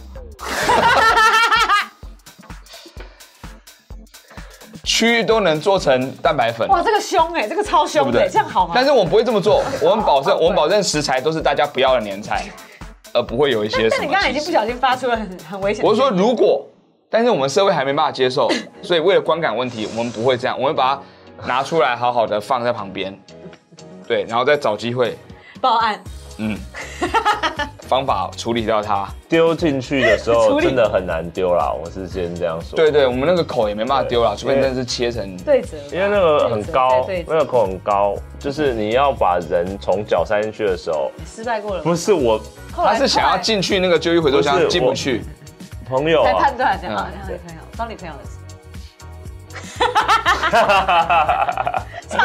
Speaker 1: 蛆都能做成蛋白粉，
Speaker 3: 哇，这个凶哎、这个
Speaker 1: 对
Speaker 3: 超
Speaker 1: 不
Speaker 3: 凶的、
Speaker 1: 对？
Speaker 3: 这样好吗？
Speaker 1: 但是我们不会这么 做，我们保证，
Speaker 3: 对
Speaker 1: 我们保证食材都是大家不要的年菜，而不会有一些什
Speaker 3: 但但
Speaker 1: 么。
Speaker 3: 你刚才已经不，小心发出了很很危险的。
Speaker 1: 我是说如果，但是我们社会还没办法接受，所以为了观感问题，我们不会这样，我们把它拿出来好好的放在旁边，对，然后再找机会，
Speaker 3: 报案，
Speaker 1: 嗯，方法处理掉它。
Speaker 2: 丢进去的时
Speaker 3: 处
Speaker 2: 候
Speaker 3: 理
Speaker 2: 真的很难丢啦，我是先这样说。
Speaker 1: 对对，我们那个口也没办法丢了，
Speaker 2: 对
Speaker 1: 除非真的是切成。
Speaker 3: 对折，
Speaker 2: 因为那个很高
Speaker 3: 对折对，折
Speaker 2: 那个口很高，就是你要把人从脚塞进去的时候，
Speaker 3: 失败过了吗。
Speaker 2: 不是我
Speaker 3: 后
Speaker 1: 他
Speaker 3: 来
Speaker 1: 是想要，进去那个旧衣回收
Speaker 2: 不
Speaker 1: 箱，
Speaker 2: 是
Speaker 1: 进不
Speaker 2: 我
Speaker 1: 去。
Speaker 2: 朋友
Speaker 3: 后来才
Speaker 2: 啊，
Speaker 3: 判断这样，
Speaker 1: 嗯
Speaker 3: 好像女朋友，当女 朋友的事， 超可怕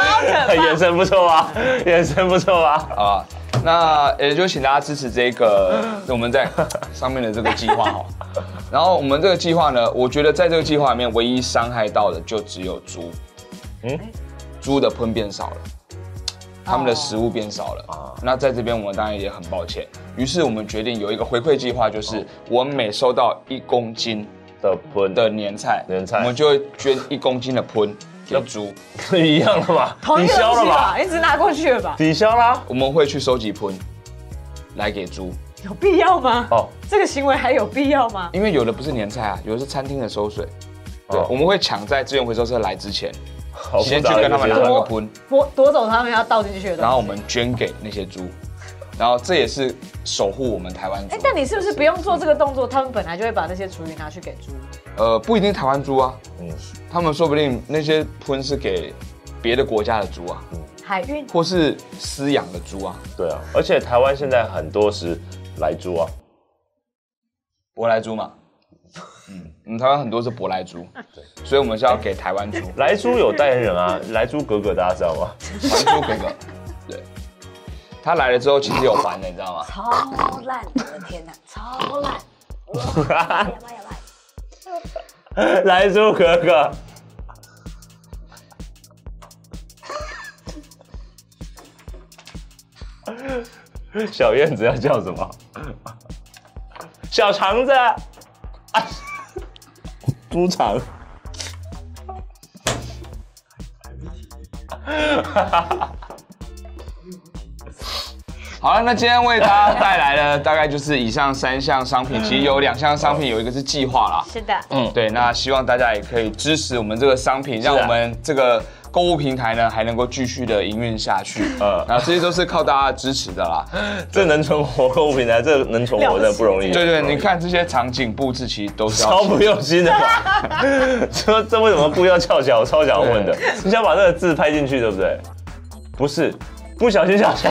Speaker 2: 哎眼神不错吧？眼神不错吧？
Speaker 1: 好吧，啊那也就请大家支持这个 我们在上面的这个计划哈。然后我们这个计划呢，我觉得在这个计划里面，唯一伤害到的就只有猪，嗯
Speaker 2: 嗯，
Speaker 1: 猪的喷变少了。他们的食物变少了
Speaker 2: 哦
Speaker 1: 那在这边我们当然也很抱歉。于是我们决定有一个回馈计划，
Speaker 2: 哦
Speaker 1: 就是我们每收到一公斤
Speaker 2: 的喷
Speaker 1: 的年菜，
Speaker 2: 年菜
Speaker 1: 我们就会捐一公斤的喷给猪，
Speaker 2: 是 一样的嘛？
Speaker 3: 同一
Speaker 2: 抵
Speaker 3: 个
Speaker 2: 消
Speaker 3: 东
Speaker 2: 了
Speaker 3: 西
Speaker 2: 吧？
Speaker 3: 吧，你只拿过去了吧？
Speaker 2: 抵消啦！
Speaker 1: 我们会去收集喷来给猪。
Speaker 3: 有必要吗？
Speaker 2: 哦，
Speaker 3: 这个行为还有必要吗？
Speaker 1: 因为有的不是年菜啊，有的是餐厅的收水。对
Speaker 2: 哦，
Speaker 1: 我们会抢在资源回收车来之前，
Speaker 2: 好复
Speaker 1: 先去
Speaker 2: 杂的
Speaker 1: 跟
Speaker 2: 一
Speaker 1: 他
Speaker 2: 个
Speaker 1: 们
Speaker 2: 阶
Speaker 1: 拿
Speaker 2: 段
Speaker 1: 那个
Speaker 3: 我
Speaker 1: 喷，
Speaker 3: 夺夺走他们要倒进去的东西。
Speaker 1: 然后我们捐给那些猪，然后这也是守护我们台湾猪
Speaker 3: 哎、。但你是不是不用做这个动作，他们本来就会把那些厨余拿去给猪？
Speaker 1: 呃，不一定台湾猪啊，
Speaker 2: 嗯，
Speaker 1: 他们说不定那些喷是给别的国家的猪啊，
Speaker 3: 海运
Speaker 1: 或是饲养的猪啊。
Speaker 2: 对啊，而且台湾现在很多是来猪啊，
Speaker 1: 舶来猪嘛，嗯，我们台湾很多是舶来猪，所以我们是要给台湾猪，
Speaker 2: 来猪有代言人啊，来猪格格大家知道吗？
Speaker 1: 还猪哥哥， 对。他来了之后其实有还的，你知道吗？
Speaker 4: 超烂，我的天哪，超烂！哇，哑巴哑巴。
Speaker 2: 来猪格格，小燕子要叫什么？小肠子，啊，猪肠。
Speaker 1: 好了，那今天为大家带来的大概就是以上三项商品，其实有两项商品有一个是计划啦，
Speaker 3: 是的，
Speaker 1: 嗯，对，那希望大家也可以支持我们这个商品，让我们这个购物平台呢还能够继续的营运下去，
Speaker 2: 嗯
Speaker 1: 嗯，那这些都是靠大家的支持的啦，
Speaker 2: 这能存活购物平台，这能存活真的不容易。
Speaker 1: 对对，你看这些场景布置其实都是
Speaker 2: 超
Speaker 1: 要
Speaker 2: 不用心的吧？这这为什么不要翘脚？我超想问的，你想把那个字拍进去，对不对？不是，不小心翘脚，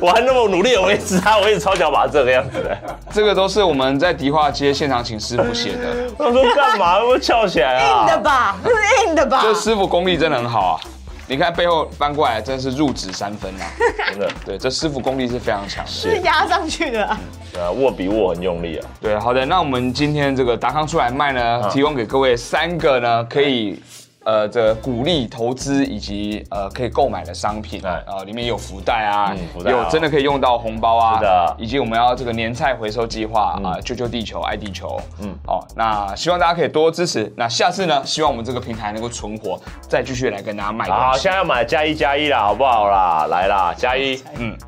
Speaker 2: 我还那么努力地维持它，我一直超脚把它这个样子的。
Speaker 1: 这个都是我们在迪化街现场请师傅写 的，
Speaker 2: 我说干嘛我翘起来
Speaker 3: 硬的
Speaker 2: 啊？
Speaker 3: 吧，这是硬的
Speaker 1: 嗯
Speaker 3: 吧？
Speaker 1: 这师傅功力真的很好啊，你看背后翻过来真是入纸三分啊，
Speaker 2: 真的，
Speaker 1: 对，这师傅功力是非常强的。
Speaker 3: 是压上去
Speaker 1: 嗯
Speaker 3: 的啊、
Speaker 2: 对啊，握笔握很用力啊。
Speaker 1: 对，好的，那我们今天这个达康出来卖呢，
Speaker 2: 嗯
Speaker 1: 提供给各位三个呢可以。呃，这个鼓励投资以及呃可以购买的商品，
Speaker 2: 哎
Speaker 1: 呃，里面有福袋啊，
Speaker 2: 嗯福袋啊
Speaker 1: 有真的可以用到红包啊，
Speaker 2: 是的嗯
Speaker 1: 以及我们要这个年菜回收计划啊、救救地球，爱地球，嗯，哦，那希望大家可以多支持。那下次呢，希望我们这个平台能够存活，再继续来跟大家卖东西。
Speaker 2: 好，现在要买加一加一啦，好不好啦？来啦，加一，
Speaker 1: 嗯
Speaker 2: 嗯，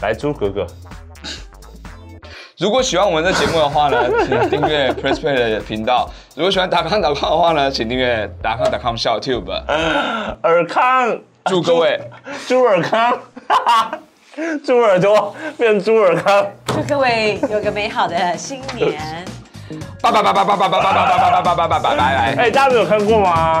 Speaker 2: 来猪格格，
Speaker 1: 如果喜欢我们的节目的话呢， 请订阅 Press Play 的频道；如果喜欢达康达康的话呢，请订阅达康达康 ShowTube。
Speaker 2: 尔康，
Speaker 1: 祝各位
Speaker 2: 猪尔康， 哈哈，猪耳朵变猪尔康。
Speaker 3: 祝各位有个美好的新年。
Speaker 1: 八八八八八八八八八八八八八八八八拜拜。
Speaker 2: 哎、大家没有看过吗？